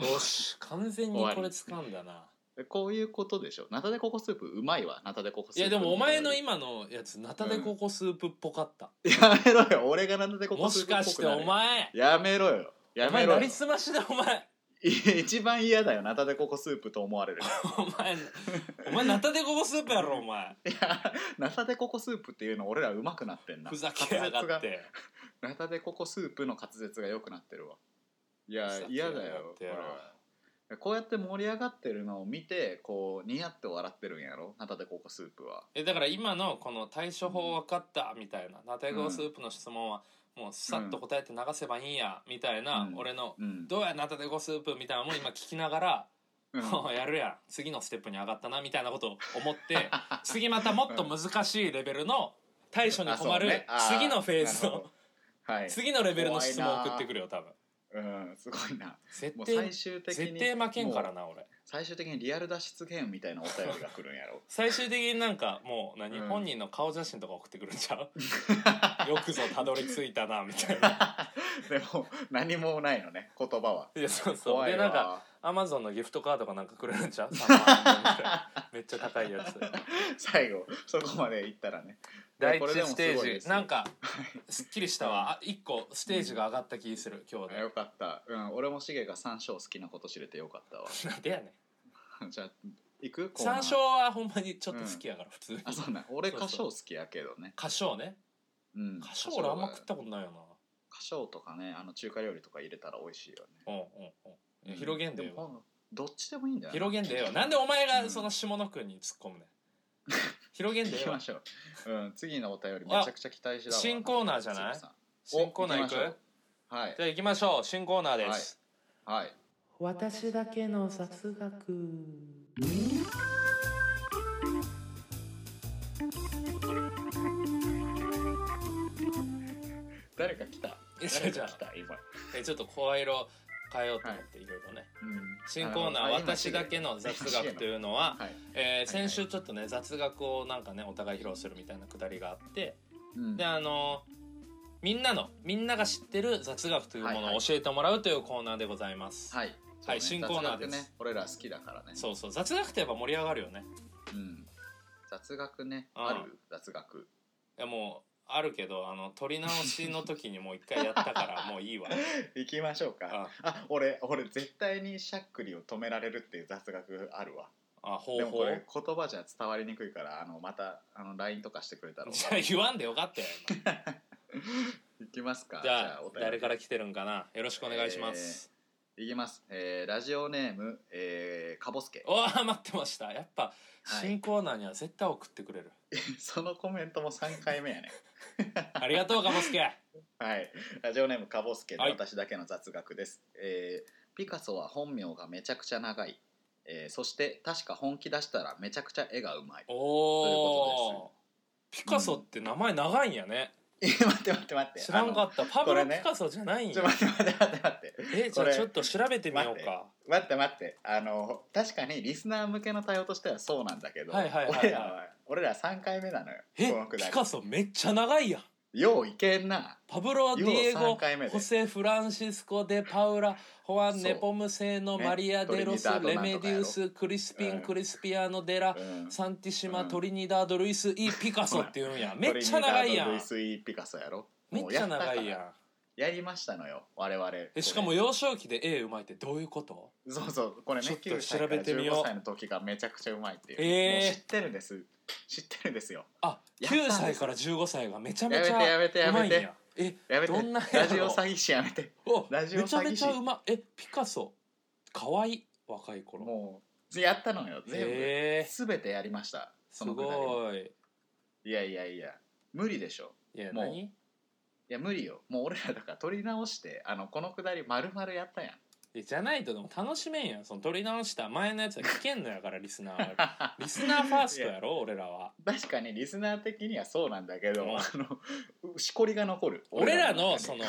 Speaker 1: よし完全にこれ掴んだな
Speaker 2: えこういうことでしょナタデココスープうまいわナタデココスー
Speaker 1: い
Speaker 2: プ
Speaker 1: やでもお前
Speaker 2: (laughs)
Speaker 1: の
Speaker 2: や
Speaker 1: 今のやつナタデココスープっぽかった、
Speaker 2: めろよ俺がナタデココ
Speaker 1: も
Speaker 2: ス
Speaker 1: し
Speaker 2: ープっ
Speaker 1: か
Speaker 2: ぽ
Speaker 1: し
Speaker 2: く
Speaker 1: て
Speaker 2: なる
Speaker 1: お前
Speaker 2: やめろよや
Speaker 1: お前
Speaker 2: めろ
Speaker 1: な
Speaker 2: よ
Speaker 1: りすましだお前
Speaker 2: (laughs) 一番嫌だよナタデココスープと思われる
Speaker 1: お前お前ナタデココスープやろお前
Speaker 2: いやナタデココスープっていうの俺らうまくなってんな
Speaker 1: ふざけや
Speaker 2: 滑舌
Speaker 1: がって
Speaker 2: ナタデココスープの滑舌が良くなってるわいや
Speaker 1: ふざけや
Speaker 2: 嫌
Speaker 1: がって
Speaker 2: だよこれ
Speaker 1: よ
Speaker 2: はこうやって盛り上がってるのを見てこうニヤって笑ってるんやろナタデココスープは
Speaker 1: えだから今のこの対処法分かったみたいなナタデココスープの質問はもうさっと答えて流せばいいんやみたいな、
Speaker 2: うん
Speaker 1: 俺の
Speaker 2: うん、
Speaker 1: どうやナタデコスープみたいなのも今聞きながら (laughs)
Speaker 2: うん
Speaker 1: もうやるやん次のステップに上がったなみたいなことを思って
Speaker 2: (laughs)
Speaker 1: 次またもっと難しいレベルの対処に困
Speaker 2: あそう
Speaker 1: る
Speaker 2: ねあー
Speaker 1: 次のフェーズ
Speaker 2: なる
Speaker 1: の
Speaker 2: ほどはい、
Speaker 1: 次のレベルの質問を送ってくるよ多分
Speaker 2: うん、すごいな
Speaker 1: 絶
Speaker 2: もう
Speaker 1: 対
Speaker 2: 最終的に
Speaker 1: 絶対負けんから
Speaker 2: もう
Speaker 1: な俺
Speaker 2: 最終的にリアル脱出ゲームみたいなお便りが来るんやろ
Speaker 1: 最終的になんかもう何、
Speaker 2: うん
Speaker 1: 本人の顔写真とか送ってくるんちゃ
Speaker 2: (laughs)
Speaker 1: うよくぞたどり着いたなみたいな
Speaker 2: でも何もないのね言葉はい
Speaker 1: やそうそう
Speaker 2: 怖い
Speaker 1: で
Speaker 2: わ
Speaker 1: なんかアマゾンのギフトカードかなんかくれるんちゃう3万円分みたいなめっちゃ高いや
Speaker 2: (laughs)
Speaker 1: つ
Speaker 2: 最後そこまで行ったらね
Speaker 1: 第
Speaker 2: これで
Speaker 1: 1
Speaker 2: も
Speaker 1: ス
Speaker 2: す
Speaker 1: テ
Speaker 2: ごいで
Speaker 1: ー
Speaker 2: す
Speaker 1: ジ
Speaker 2: よ
Speaker 1: なん
Speaker 2: (laughs)
Speaker 1: かすっきりしたわあ一個ステージが上がった気する今日
Speaker 2: あよかった、うん、俺もシゲが山椒好きなこと知れてよかったわ (laughs)
Speaker 1: でなんでやねん
Speaker 2: じゃあ行くコーナ
Speaker 1: 山椒
Speaker 2: ー
Speaker 1: はほんまにちょっと好きやから普通に
Speaker 2: あそうなん俺
Speaker 1: そう
Speaker 2: 花
Speaker 1: そう
Speaker 2: 椒好きやけどね
Speaker 1: 花椒ね
Speaker 2: うん
Speaker 1: 花椒俺あんま食っ
Speaker 2: 花
Speaker 1: たことないよ
Speaker 2: 椒とかねあの中華料理とか入れたら美味しいよ
Speaker 1: なうんうんうんいや広げんで
Speaker 2: も
Speaker 1: よ
Speaker 2: ほどっちでもいいんだよな
Speaker 1: 広げんでよなんでお前
Speaker 2: う
Speaker 1: が
Speaker 2: ん
Speaker 1: その下の句に突っ込むねん広げん
Speaker 2: 行
Speaker 1: で
Speaker 2: き
Speaker 1: よ
Speaker 2: ましょう、うん、次のお便りめちゃくちゃ期待しだわ
Speaker 1: 新コーナーじゃない
Speaker 2: 鈴木さん
Speaker 1: 新コーナー行
Speaker 2: お行
Speaker 1: く
Speaker 2: きましょうはい
Speaker 1: じゃあ行きましょう新コーナーです、
Speaker 2: はい
Speaker 1: 私だけの雑学
Speaker 2: 誰か来た
Speaker 1: え
Speaker 2: 誰
Speaker 1: じゃ
Speaker 2: か
Speaker 1: あ
Speaker 2: 来た今、
Speaker 1: えちょっと声色変えようと思っていろいろね
Speaker 2: うん
Speaker 1: 新コーナー「
Speaker 2: あの
Speaker 1: 私だけの雑学」というのは、
Speaker 2: はい、
Speaker 1: えー
Speaker 2: はいは
Speaker 1: 先
Speaker 2: い
Speaker 1: 週ちょっとね雑学をなんかねお互い披露するみたいなくだりがあって
Speaker 2: うん
Speaker 1: であのみんなのみんなが知ってる雑学というものを教えてもらうというコーナーでございます、
Speaker 2: はい、そうね
Speaker 1: 新コーナーです
Speaker 2: 雑学ね俺ら好きだからね
Speaker 1: そうそう雑学ってやっぱ盛り上がるよね
Speaker 2: うん、雑学ね
Speaker 1: うん
Speaker 2: ある雑学
Speaker 1: いやもうあるけどあの撮り直しの時にもう一回やったから
Speaker 2: (laughs)
Speaker 1: もういいわ
Speaker 2: 行きましょうか
Speaker 1: あ
Speaker 2: あ俺俺絶対にしゃっくりを止められるっていう雑学あるわ
Speaker 1: あ方
Speaker 2: でもこ
Speaker 1: 法
Speaker 2: れ言葉じゃ伝わりにくいからあのまたあの LINE とかしてくれたら
Speaker 1: じゃあ言わんでよかったよ
Speaker 2: (laughs)
Speaker 1: 今
Speaker 2: 行きますか
Speaker 1: じゃあ
Speaker 2: お便り
Speaker 1: 誰から来てるんかなよろしくお願いします、
Speaker 2: いきます、えーラジオネーム、えー、かぼすけ
Speaker 1: おお待ってましたやっぱ
Speaker 2: はい
Speaker 1: 新コーナーには絶対送ってくれ
Speaker 2: (laughs)
Speaker 1: る、
Speaker 2: (laughs) そのコメントも3回目やね
Speaker 1: ありがとうかも
Speaker 2: (laughs)
Speaker 1: すけ
Speaker 2: はいラジオネームかぼすけで
Speaker 1: はい
Speaker 2: 私だけの雑学です、えーピカソは本名がめちゃくちゃ長い、えーそして確か本気出したらめちゃくちゃ絵がうまい
Speaker 1: お
Speaker 2: という
Speaker 1: お
Speaker 2: こ
Speaker 1: ーピカソって名前長いんやね、
Speaker 2: え (laughs) 待って待って待って
Speaker 1: 知らんか
Speaker 2: っ
Speaker 1: ったパブ
Speaker 2: こ
Speaker 1: ロ・
Speaker 2: れ
Speaker 1: ピ
Speaker 2: ね
Speaker 1: カソじゃないん
Speaker 2: ちょ
Speaker 1: や、
Speaker 2: 待って待って待って待って
Speaker 1: えじゃ
Speaker 2: こ
Speaker 1: あ
Speaker 2: れ
Speaker 1: ちょっと調べてみようか
Speaker 2: 待って待ってあの確かにリスナー向けの対応としてはそうなんだけど、
Speaker 1: はいはいはいはい
Speaker 2: 俺らは俺ら3回目なのよ
Speaker 1: え
Speaker 2: このくだ
Speaker 1: ピ
Speaker 2: り
Speaker 1: カソめっちゃ長いやん
Speaker 2: よういけんな
Speaker 1: パブロ・デ
Speaker 2: よう
Speaker 1: ィエゴ
Speaker 2: 3回目で
Speaker 1: ホセ・フランシスコ・デ・パウラホアン・
Speaker 2: そう
Speaker 1: ネポム製の
Speaker 2: ね
Speaker 1: マリア・デロス、
Speaker 2: トリニダード
Speaker 1: レ
Speaker 2: なんとか
Speaker 1: メ
Speaker 2: や
Speaker 1: デ
Speaker 2: ろ
Speaker 1: ュースクリスピン、
Speaker 2: うん
Speaker 1: クリスピアーノ・デラ、
Speaker 2: うん
Speaker 1: サンティシマ、
Speaker 2: うん
Speaker 1: トリニダード・ルイス・イ・ピカソって言うんやめっちゃ長いや
Speaker 2: トリニダードル
Speaker 1: ん
Speaker 2: イス・イーピカソやろ
Speaker 1: めっちゃ長い
Speaker 2: もう
Speaker 1: や
Speaker 2: っ
Speaker 1: ん
Speaker 2: たからやりましたのよ我々
Speaker 1: えしかも幼少期で絵うまいってどういうこと
Speaker 2: そうそうこれね
Speaker 1: ちょっと
Speaker 2: 9歳か
Speaker 1: 調
Speaker 2: ら
Speaker 1: べてみよう
Speaker 2: 15歳の時がめちゃくちゃうまいっていう、
Speaker 1: えー
Speaker 2: もう知ってるんです知ってるんですよ
Speaker 1: あ
Speaker 2: やったん
Speaker 1: 9
Speaker 2: です
Speaker 1: 歳から15歳がめちゃめ
Speaker 2: やめ
Speaker 1: ち
Speaker 2: てや
Speaker 1: ゃ
Speaker 2: めて
Speaker 1: う
Speaker 2: や
Speaker 1: まい
Speaker 2: め
Speaker 1: ん
Speaker 2: て
Speaker 1: やえ
Speaker 2: やめて
Speaker 1: どんな絵や
Speaker 2: ラ
Speaker 1: ろ
Speaker 2: ジオ詐欺師やめて
Speaker 1: お
Speaker 2: ラジオ
Speaker 1: めちゃめち
Speaker 2: 詐
Speaker 1: ゃ
Speaker 2: 欺師
Speaker 1: うまえピカソかわいい若い頃
Speaker 2: もうやったのよ全部、
Speaker 1: えー、
Speaker 2: すべてやりました
Speaker 1: す
Speaker 2: そのくだりも
Speaker 1: ごい
Speaker 2: いやいやいや無理でしょ
Speaker 1: いや
Speaker 2: もう
Speaker 1: 何
Speaker 2: いや無理よもう俺らだから取り直してあのこのくだり丸々やったやん (laughs)
Speaker 1: えじゃないとでも楽しめんやんその撮り直した前のやつは聞けんのやからリスナーは (laughs) リスナーファーストやろ俺らは
Speaker 2: 確かにリスナー的にはそうなんだけど、
Speaker 1: うん
Speaker 2: あのしこりが残る
Speaker 1: 俺ら
Speaker 2: 中
Speaker 1: の
Speaker 2: に
Speaker 1: その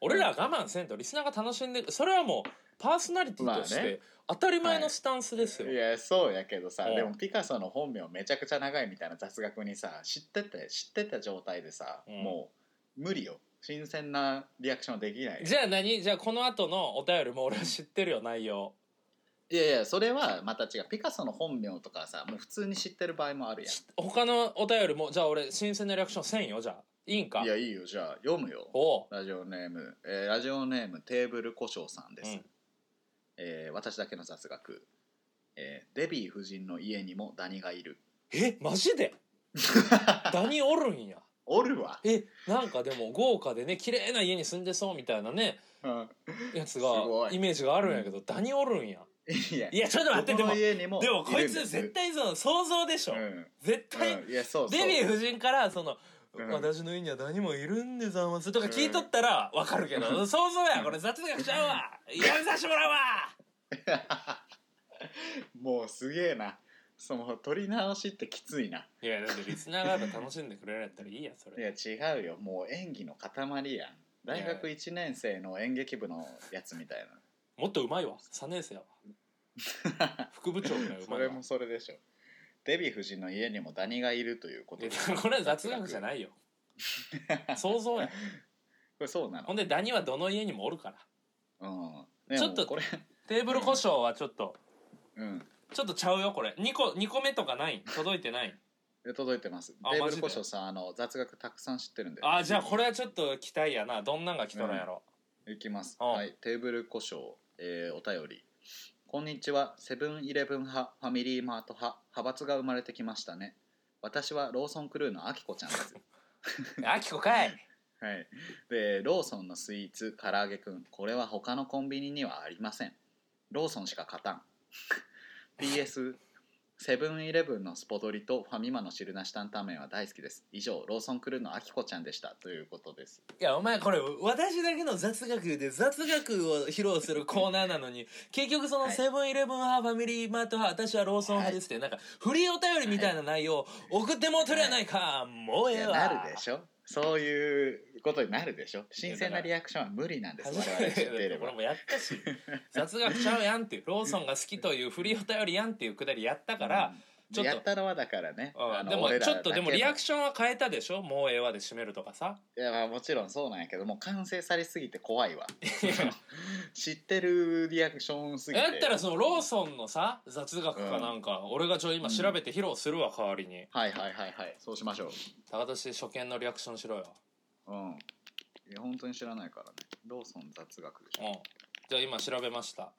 Speaker 1: 俺らは我慢せんとリスナーが楽しんでそれはもうパーソナリティとし
Speaker 2: まあね
Speaker 1: て当たり前のスタンスですよ、
Speaker 2: いやそうやけどさ
Speaker 1: うん
Speaker 2: でもピカソの本名めちゃくちゃ長いみたいな雑学にさ知ってて知ってた状態でさ、
Speaker 1: うん
Speaker 2: もう無理よ新鮮なリアクションできない
Speaker 1: じゃあ何じゃあこの後のお便りも俺は知ってるよ内容
Speaker 2: いやいやそれはまた違うピカソの本名とかさもう普通に知ってる場合もあるやん
Speaker 1: 他のお便りもじゃあ俺新鮮なリアクションせんよじゃあいいんか
Speaker 2: いやいいよじゃあ読むよ
Speaker 1: おう
Speaker 2: ラジオネーム、えーラジオネームテーブル胡椒さんです、
Speaker 1: うん
Speaker 2: えー私だけの雑学、えーデビー夫人の家にもダニがいる
Speaker 1: えマジ
Speaker 2: (laughs)
Speaker 1: でダニおるんや
Speaker 2: おるわ、
Speaker 1: えなんかでも豪華でね綺麗な家に住んでそうみたいなね
Speaker 2: うん
Speaker 1: やつ
Speaker 2: すご
Speaker 1: が
Speaker 2: い
Speaker 1: イメージがあるんやけど、ダニおるんや
Speaker 2: (laughs) いや
Speaker 1: いやちょっと待ってで
Speaker 2: どこ
Speaker 1: も
Speaker 2: の家にも
Speaker 1: でもこい
Speaker 2: るん
Speaker 1: つ
Speaker 2: です
Speaker 1: 絶対その想像でしょ、
Speaker 2: うん
Speaker 1: 絶対、
Speaker 2: うんいやそうそう
Speaker 1: デヴィ夫人からその、
Speaker 2: うん
Speaker 1: 私の家には何もいるんでざますとか聞いとったらわかるけど、想像やこれ雑学ちゃうわやめさせてもらうわ
Speaker 2: もうすげえなその取り直しってきついない
Speaker 1: やだってリスナーが楽しんでくれるんやったらいいやそ
Speaker 2: い
Speaker 1: れ
Speaker 2: や違うよもう演技の塊やん大学1年生の演劇部のやつみたい
Speaker 1: もっとうまいわ3年
Speaker 2: (laughs)
Speaker 1: 生やわ
Speaker 2: な
Speaker 1: 副部長ぐらいうま
Speaker 2: そ
Speaker 1: い
Speaker 2: れ
Speaker 1: わ
Speaker 2: もそれでしょデヴィ夫人の家にもダニがいるということ
Speaker 1: いや (laughs) これは雑学じゃ
Speaker 2: い (laughs)
Speaker 1: ないよ
Speaker 2: こ
Speaker 1: 想像や
Speaker 2: れそうなの
Speaker 1: ほんでダニはどの家にもおるから
Speaker 2: うん、
Speaker 1: ちょっと
Speaker 2: でもこれ、
Speaker 1: テーブル故障はちょっと
Speaker 2: うん、
Speaker 1: ちょっとちゃうよこれ2個二個目とかない届いてない
Speaker 2: で届いてます
Speaker 1: あ
Speaker 2: デー
Speaker 1: マ
Speaker 2: ブ
Speaker 1: ジ
Speaker 2: ル
Speaker 1: で
Speaker 2: コショウさんあの雑学たくさん知ってるんで
Speaker 1: あじゃあこれはちょっと期待やなどんなんが来とるんやろ、
Speaker 2: いきます。
Speaker 1: うん
Speaker 2: はい、テーブル故障、えーお便り。こんにちは、セブンイレブン派、ファミリーマート派、派閥が生まれてきましたね。私はローソンクルーのあきこちゃんです。
Speaker 1: あきこかい
Speaker 2: はい。で、ローソンのスイーツ、唐揚げくん、これは他のコンビニにはありません。ローソンしか勝たん。PS、セブンイレブンのスポドリとファミマの汁なし担々麺は大好きです。以上、ローソンクルーのあきこちゃんでした。ということです。
Speaker 1: いやお前これ私だけの雑学で雑学を披露するコーナーなのに結局そ
Speaker 2: は
Speaker 1: の
Speaker 2: い
Speaker 1: セブンイレブン派ファミリーマート派私はローソン派ですって、なんかフリーお便りみたいな内容、送ってもうとるやないか、もう
Speaker 2: い
Speaker 1: ええ
Speaker 2: や
Speaker 1: わ
Speaker 2: なるでしょそういうことになるでしょ新鮮なリアクションは無理なんです我
Speaker 1: 初
Speaker 2: 々
Speaker 1: め
Speaker 2: 知ってい
Speaker 1: て
Speaker 2: れ
Speaker 1: だこ
Speaker 2: ば
Speaker 1: れもやった (laughs) し雑学ちゃうやんっていうローソンが好きというフリーお便りやんっていうくだりやったから、
Speaker 2: うん
Speaker 1: ちょっと
Speaker 2: やったのはだからね
Speaker 1: うん
Speaker 2: あの
Speaker 1: でも
Speaker 2: 俺ら
Speaker 1: ちょっとでもリアク
Speaker 2: シ
Speaker 1: ションは変えたでしょもうええわで締めるとかさ
Speaker 2: ョンいやまあもちろんそうなんやけどもう完成されすぎて
Speaker 1: (laughs)
Speaker 2: 怖いわ
Speaker 1: いや
Speaker 2: 知ってるリアクションすぎて
Speaker 1: やったらそのローソンのさ雑学かなんか、俺がちょ今調べて披露するわ代わりに
Speaker 2: はいはいはいはいそうしましょう
Speaker 1: 高田氏初見のリアクションしろよ、
Speaker 2: うんいや本当に知らないからねローソン雑学でし
Speaker 1: う
Speaker 2: ょ
Speaker 1: ん、じゃあ今調べました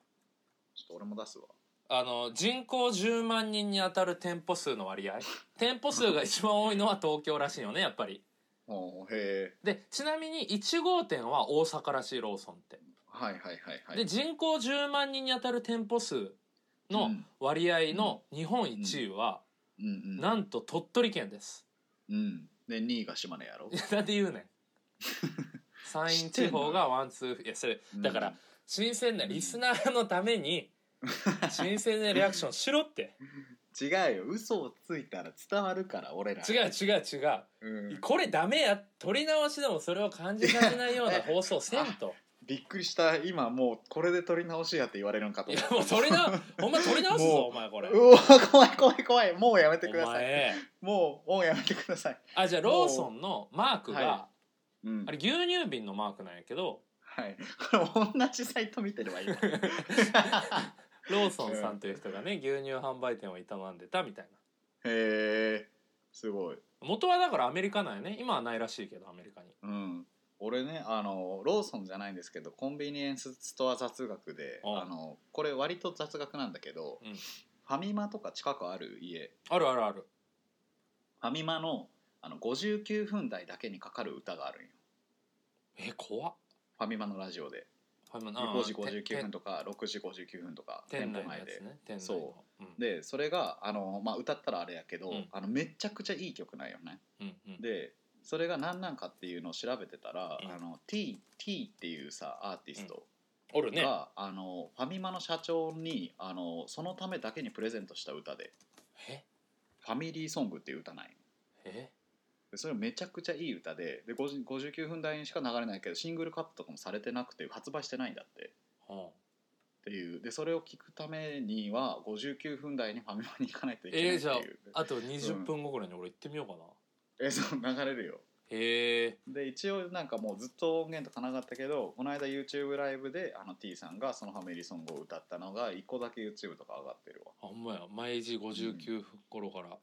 Speaker 2: ちょっと俺も出すわ
Speaker 1: あの人口10万人に当たる店舗数の割合店舗数が一番多いのは東京らしいよねやっぱり
Speaker 2: おーへえ
Speaker 1: でちなみに1号店は大阪らしいローソンって、
Speaker 2: はいはいはいはい
Speaker 1: で人口10万人に当たる店舗数
Speaker 2: う
Speaker 1: の
Speaker 2: ん
Speaker 1: 割合の日本1位は、
Speaker 2: うんうん
Speaker 1: なんと鳥取県です
Speaker 2: うんで2位が島根やろ
Speaker 1: いやなんで言う
Speaker 2: (laughs)
Speaker 1: ねん山陰地方がワンツーいやそれ (laughs) だから、
Speaker 2: うん
Speaker 1: 新鮮なリスナーのため
Speaker 2: (laughs)
Speaker 1: に新鮮なリアクションしろって
Speaker 2: 違うよ嘘をついたら伝わるから俺ら
Speaker 1: 違う違う違う、
Speaker 2: うん、
Speaker 1: これダメや撮り直しでもそれを感じさせないような放送せんと
Speaker 2: びっくりした今もうこれで撮り直しやって言われるんかと
Speaker 1: い
Speaker 2: 思
Speaker 1: や
Speaker 2: った
Speaker 1: もう撮り直ほんま撮り直す
Speaker 2: も
Speaker 1: ぞ
Speaker 2: う
Speaker 1: お前これ
Speaker 2: うわ怖い怖い怖いもうやめてくだ
Speaker 1: お
Speaker 2: さい
Speaker 1: 前
Speaker 2: もうもうやめてください
Speaker 1: あじゃあローソンのマークが、
Speaker 2: はうん
Speaker 1: あれ牛乳瓶のマークなんやけど
Speaker 2: はいこれ同じサイト見てればいい
Speaker 1: (laughs)
Speaker 2: わ
Speaker 1: ローソンさんという人がね牛乳販売店を営んでたみたいな
Speaker 2: へえすごい
Speaker 1: 元はだからアメリカなんやね今はないらしいけどアメリカに
Speaker 2: うん俺ねあのローソンじゃないんですけどコンビニエンスストア雑学で
Speaker 1: ああ
Speaker 2: あのこれ割と雑学なんだけど、
Speaker 1: うん
Speaker 2: ファミマとか近くある家
Speaker 1: あるあるある
Speaker 2: ファミマのあの59分台だけにかかる歌があるんよ
Speaker 1: え怖っ
Speaker 2: ファミマのラジオで
Speaker 1: はいまあ
Speaker 2: 5時
Speaker 1: て
Speaker 2: 59分とか6時59分とか
Speaker 1: て
Speaker 2: 店
Speaker 1: 店内
Speaker 2: 舗
Speaker 1: のや
Speaker 2: 内
Speaker 1: つ
Speaker 2: で。
Speaker 1: ね店内の
Speaker 2: そ
Speaker 1: うん
Speaker 2: でそれがあの、まあ、歌ったらあれやけど、
Speaker 1: うん
Speaker 2: あのめちゃくちゃいい曲なんよね。
Speaker 1: うんうん
Speaker 2: でそれが何なんかっていうのを調べてたら、
Speaker 1: うん
Speaker 2: あの T, T っていうさアーティスト
Speaker 1: おる
Speaker 2: が、
Speaker 1: ねへ
Speaker 2: あのファミマの社長にあのそのためだけにプレゼントした歌で「ファミリーソング」っていう歌ない
Speaker 1: え
Speaker 2: でそれめちゃくちゃいい歌でで50 59分台にしか流れないけどシングルカットとかもされてなくて発売してないんだって。
Speaker 1: は
Speaker 2: っていうでそれを聞くためには59分台にファミマに行かないといけないっていう、
Speaker 1: ああと20分後ぐらいに俺行ってみようかな
Speaker 2: えそう流れるよ
Speaker 1: へえ
Speaker 2: で一応なんかもうずっと音源とかなかったけどこの間 YouTube ライブであの T さんがそのファミリーソングを歌ったのが1個だけ YouTube とか上がってるわ
Speaker 1: あほんまや毎時59分頃から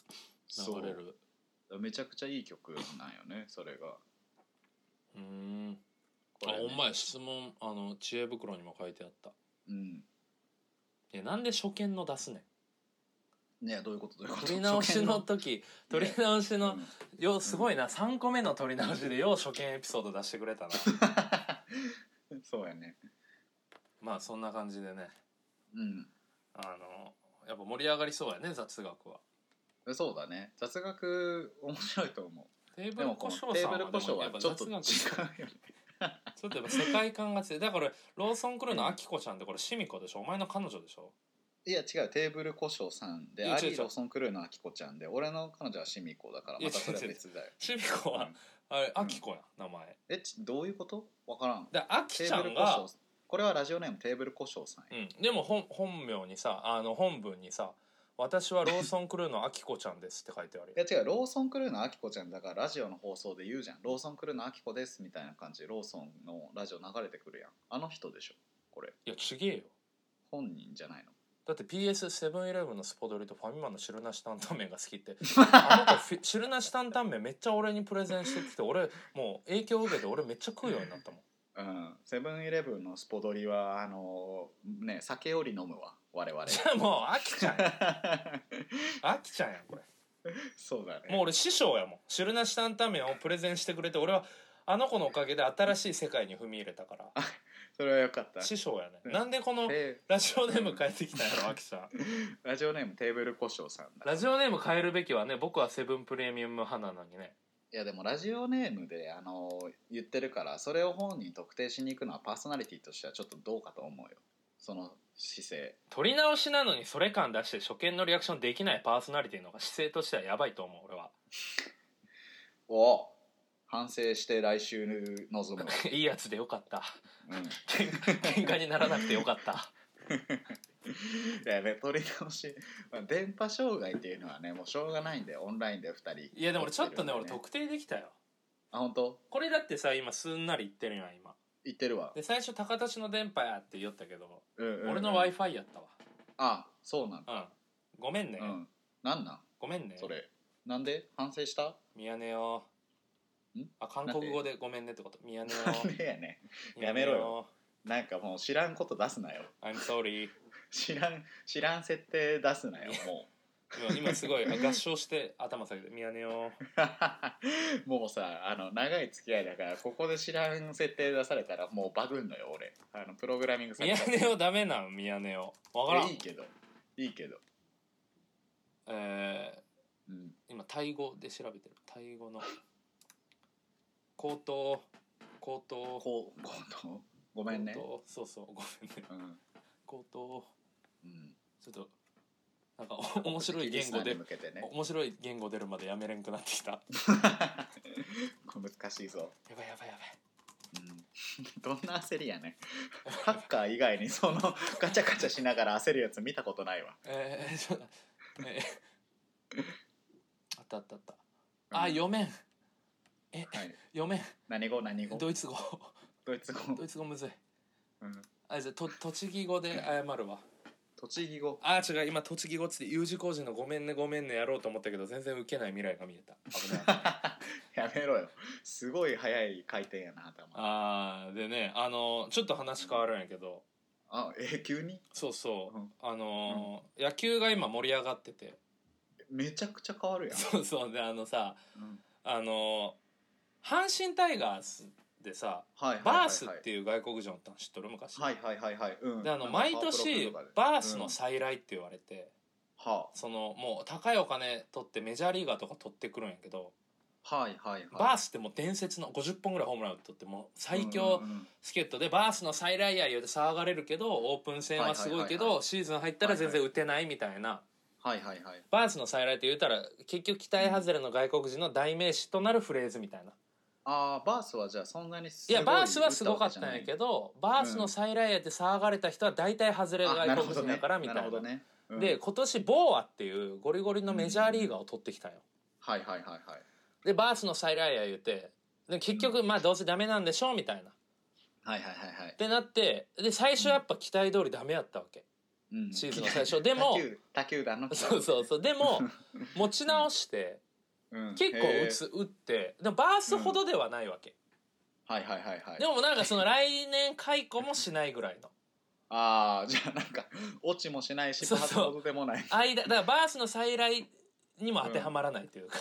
Speaker 2: そう
Speaker 1: 流れる
Speaker 2: めちゃくちゃいい曲なんよねそれが
Speaker 1: うーん
Speaker 2: こ
Speaker 1: あ
Speaker 2: れね
Speaker 1: ほんまや質問あの知恵袋にも書いてあった
Speaker 2: うん
Speaker 1: ねなんで初見の出すねん
Speaker 2: ねどういうことどういうこと
Speaker 1: 取り直しの時取り直しの、
Speaker 2: 初見の
Speaker 1: ようすごいな3個目の取り直しでよう初見エピソード出してくれたな (laughs)
Speaker 2: うんそうやね
Speaker 1: まあそんな感じでね
Speaker 2: う
Speaker 1: あのやっぱ盛り上がりそうやね雑学は
Speaker 2: んそうだね雑学面白いと思
Speaker 1: テー
Speaker 2: う
Speaker 1: ブ
Speaker 2: で
Speaker 1: ル
Speaker 2: もこ
Speaker 1: 故
Speaker 2: の
Speaker 1: 障
Speaker 2: テ
Speaker 1: さ
Speaker 2: ー
Speaker 1: ん
Speaker 2: ブ
Speaker 1: は
Speaker 2: ル故障
Speaker 1: でもや
Speaker 2: は
Speaker 1: ぱ
Speaker 2: ちょっと違
Speaker 1: 雑
Speaker 2: う
Speaker 1: 学ちょ
Speaker 2: よ
Speaker 1: っ
Speaker 2: ね
Speaker 1: とやっぱ世界観が強いだからローソン来るのあきこちゃんってこれシミ子でしょお前の彼女でしょ
Speaker 2: いや違うテーブル故障さん
Speaker 1: い
Speaker 2: で
Speaker 1: や
Speaker 2: ア
Speaker 1: 違う
Speaker 2: リ
Speaker 1: 違
Speaker 2: ー・
Speaker 1: う
Speaker 2: ローソン・クルーのあきこちゃんで俺の彼女はシミ子だから
Speaker 1: いや
Speaker 2: またそれは別だよ
Speaker 1: シミ子は
Speaker 2: うん
Speaker 1: あれあきこや名前
Speaker 2: えちどういうことわからん
Speaker 1: であき
Speaker 2: テ
Speaker 1: ちゃ
Speaker 2: ーブ
Speaker 1: ん
Speaker 2: ル故
Speaker 1: が
Speaker 2: 障これはラジオネームテーブル故障さんや
Speaker 1: うん、でも本本名にさあの本文にさ「私はローソンクルーのあきこちゃんです」って書いてある
Speaker 2: いや違うローソンクルーのあきこちゃんだからラジオの放送で言うじゃんローソンクルーのあきこですみたいな感じでローソンのラジオ流れてくるやんあの人でしょこれ
Speaker 1: いやちげえよ
Speaker 2: 本人じゃないの
Speaker 1: だって PS セブンイレブンのスポドリとファミマの汁なし担々麺が好きって (laughs) あの子フィ汁なし担々麺めっちゃ俺にプレゼンしてきて俺もう影響を受けて俺めっちゃ食うようになったもん
Speaker 2: うんセブンイレブンのスポドリはあのーね酒より飲むわ
Speaker 1: (laughs)
Speaker 2: 我々
Speaker 1: じゃあもうあきちゃんやあきちゃんやこれ
Speaker 2: そうだね
Speaker 1: もう俺師匠やもん汁なし担々麺をプレゼンしてくれて俺はあの子のおかげで新しい世界に踏み入れたから
Speaker 2: それはよかった
Speaker 1: 師匠やねなんでこの
Speaker 2: で
Speaker 1: ラジオネーム変えてきたんやろあきちゃん
Speaker 2: ラジオネームテーブル故障さんだ
Speaker 1: ラジオネーム変えるべきはね僕はセブンプレミアム派なのにね
Speaker 2: いやでもラジオネームで、あのー言ってるからそれを本人特定しに行くのはパーソナリティとしてはちょっとどうかと思うよその姿勢
Speaker 1: 取り直しなのにそれ感出して初見のリアクションできないパーソナリティの方が姿勢としてはやばいと思う俺は (laughs)
Speaker 2: お反省して来週に臨むわ、
Speaker 1: いいやつでよかった
Speaker 2: うん、い
Speaker 1: 喧嘩喧嘩にならなくてよかった
Speaker 2: やね取り直しまあ電波障害っていうのはねもうしょうがないんでオンラインで2人
Speaker 1: いやでも俺ちょっとね俺
Speaker 2: 撮てるんで
Speaker 1: 特定できたよ
Speaker 2: あ本当
Speaker 1: これだってさ今すんなり言ってるやん今
Speaker 2: 言ってるわ、
Speaker 1: で最初高田市の電波やって言おったけど
Speaker 2: うんうんうん
Speaker 1: 俺の w i f i やった
Speaker 2: あそうなんだ
Speaker 1: わうんごめんね、
Speaker 2: うんなんなん
Speaker 1: ごめんね
Speaker 2: それなんで反省した
Speaker 1: ミヤネよ
Speaker 2: ん
Speaker 1: あ韓国語でごめんねってことミヤネよ
Speaker 2: なんでやね (laughs) やめろよなんかもう知らんこと出すなよ
Speaker 1: I'm sorry
Speaker 2: 知らん知らん設定出すなよも
Speaker 1: 今今すごい合唱して頭下げて「ミヤネよ
Speaker 2: う (laughs) もうさあの長い付き合いだからここで知らん設定出されたらもうバグんのよ俺あのプログラミングさ
Speaker 1: ミ
Speaker 2: れ
Speaker 1: ヤ
Speaker 2: た
Speaker 1: ネよダメなんミヤネよわからん
Speaker 2: いいけどいいけど、
Speaker 1: え
Speaker 2: うん、
Speaker 1: ー、今タイ語で調べてるタイ語の口頭口頭
Speaker 2: こうこうとごめんね
Speaker 1: 口頭そうそうごめんね
Speaker 2: うん、
Speaker 1: 口頭
Speaker 2: うん、
Speaker 1: ちょっとなんかお面白い言語
Speaker 2: リ
Speaker 1: で
Speaker 2: スナーに向けてね
Speaker 1: 面白い言語出るまでやめれんくなってきた
Speaker 2: (laughs) 難しいぞ、
Speaker 1: やばいやばいやばい
Speaker 2: うん、 (laughs) どんな焦りやねハッカー以外にそのガチャガチャしながら焦るやつ見たことないわ
Speaker 1: えー、ちょっとえーあったあったあったあ
Speaker 2: うん
Speaker 1: 読めんえ
Speaker 2: はい、
Speaker 1: 読めん
Speaker 2: 何語何語
Speaker 1: ドイツ語
Speaker 2: ドイツ語、
Speaker 1: ドイツ語むずい
Speaker 2: うん、
Speaker 1: あじゃあと栃木語で謝るわ
Speaker 2: 栃木語
Speaker 1: あ違う今栃木語っつって U 字工事の「ごめんねごめんね」やろうと思ったけど全然ウケない未来が見えた危ない
Speaker 2: (laughs) やめろよすごい早い回転やな頭あ
Speaker 1: あーでねあのちょっと話変わるんやけど
Speaker 2: え急に
Speaker 1: そうそう、
Speaker 2: うん
Speaker 1: あのー野球が今盛り上がって (laughs) て
Speaker 2: めちゃくちゃ変わるやん、
Speaker 1: そうそうであのさ
Speaker 2: うん、
Speaker 1: あのー阪神タイガースでさ
Speaker 2: はいはいはい、はい、
Speaker 1: バースっていう外国人おったん知っとる昔、
Speaker 2: はいはいはいはい、うん、
Speaker 1: であの
Speaker 2: なん
Speaker 1: 毎
Speaker 2: かパワープロ
Speaker 1: 年
Speaker 2: とかで
Speaker 1: バースの
Speaker 2: うん
Speaker 1: 再来って言われて、
Speaker 2: は
Speaker 1: そのもう高いお金取ってメジャーリーガーとか取ってくるんやけど、
Speaker 2: あはいはいはい
Speaker 1: バースってもう伝説の50本ぐらいホームラン打っとってもう最強
Speaker 2: うんうんうん
Speaker 1: 助っ人でバースの再来や言うて騒がれるけどオープン戦はすごいけ
Speaker 2: はいはいはい
Speaker 1: どシーズン入ったら全然打てないみたいな
Speaker 2: はいはいはい
Speaker 1: バースの再来って言うたら結局期待外れの外国人の代名詞となるフレーズみたいな
Speaker 2: ああバースはじゃあそんなにす
Speaker 1: いやバースはすごかったん
Speaker 2: 打わ
Speaker 1: や
Speaker 2: けじ
Speaker 1: け
Speaker 2: ゃ
Speaker 1: どバースの再来やって騒がれた人は大体外れる
Speaker 2: ないあな
Speaker 1: 外
Speaker 2: る
Speaker 1: 国
Speaker 2: ほど
Speaker 1: 人
Speaker 2: ね
Speaker 1: だからみたい
Speaker 2: る
Speaker 1: な
Speaker 2: ほどねうん
Speaker 1: で今年ボーアっていうゴリゴリのメジャーリーガーを取ってきたんよ
Speaker 2: はいはいはいはい
Speaker 1: でバースの再来や言うてで結局まあどうせダメなんでしょうみたいな
Speaker 2: はいはいはいはい
Speaker 1: ってなってで最初やっぱ期待通りダメやったわけ、
Speaker 2: うん
Speaker 1: シーズンの最初 (laughs) でも
Speaker 2: 他球他球団の (laughs)
Speaker 1: そうそうそうでも持ち直して
Speaker 2: うん
Speaker 1: 結構打つ打ってでもバースほどではないわけ、
Speaker 2: はいはいはいはい
Speaker 1: でもなんかその来年解雇もしないぐらいの
Speaker 2: ああじゃあなんか落ちもしないし
Speaker 1: そ
Speaker 2: パ
Speaker 1: うそう
Speaker 2: 発ほどでもない (laughs)
Speaker 1: 間だからバースの再来にも当てはまらないというか、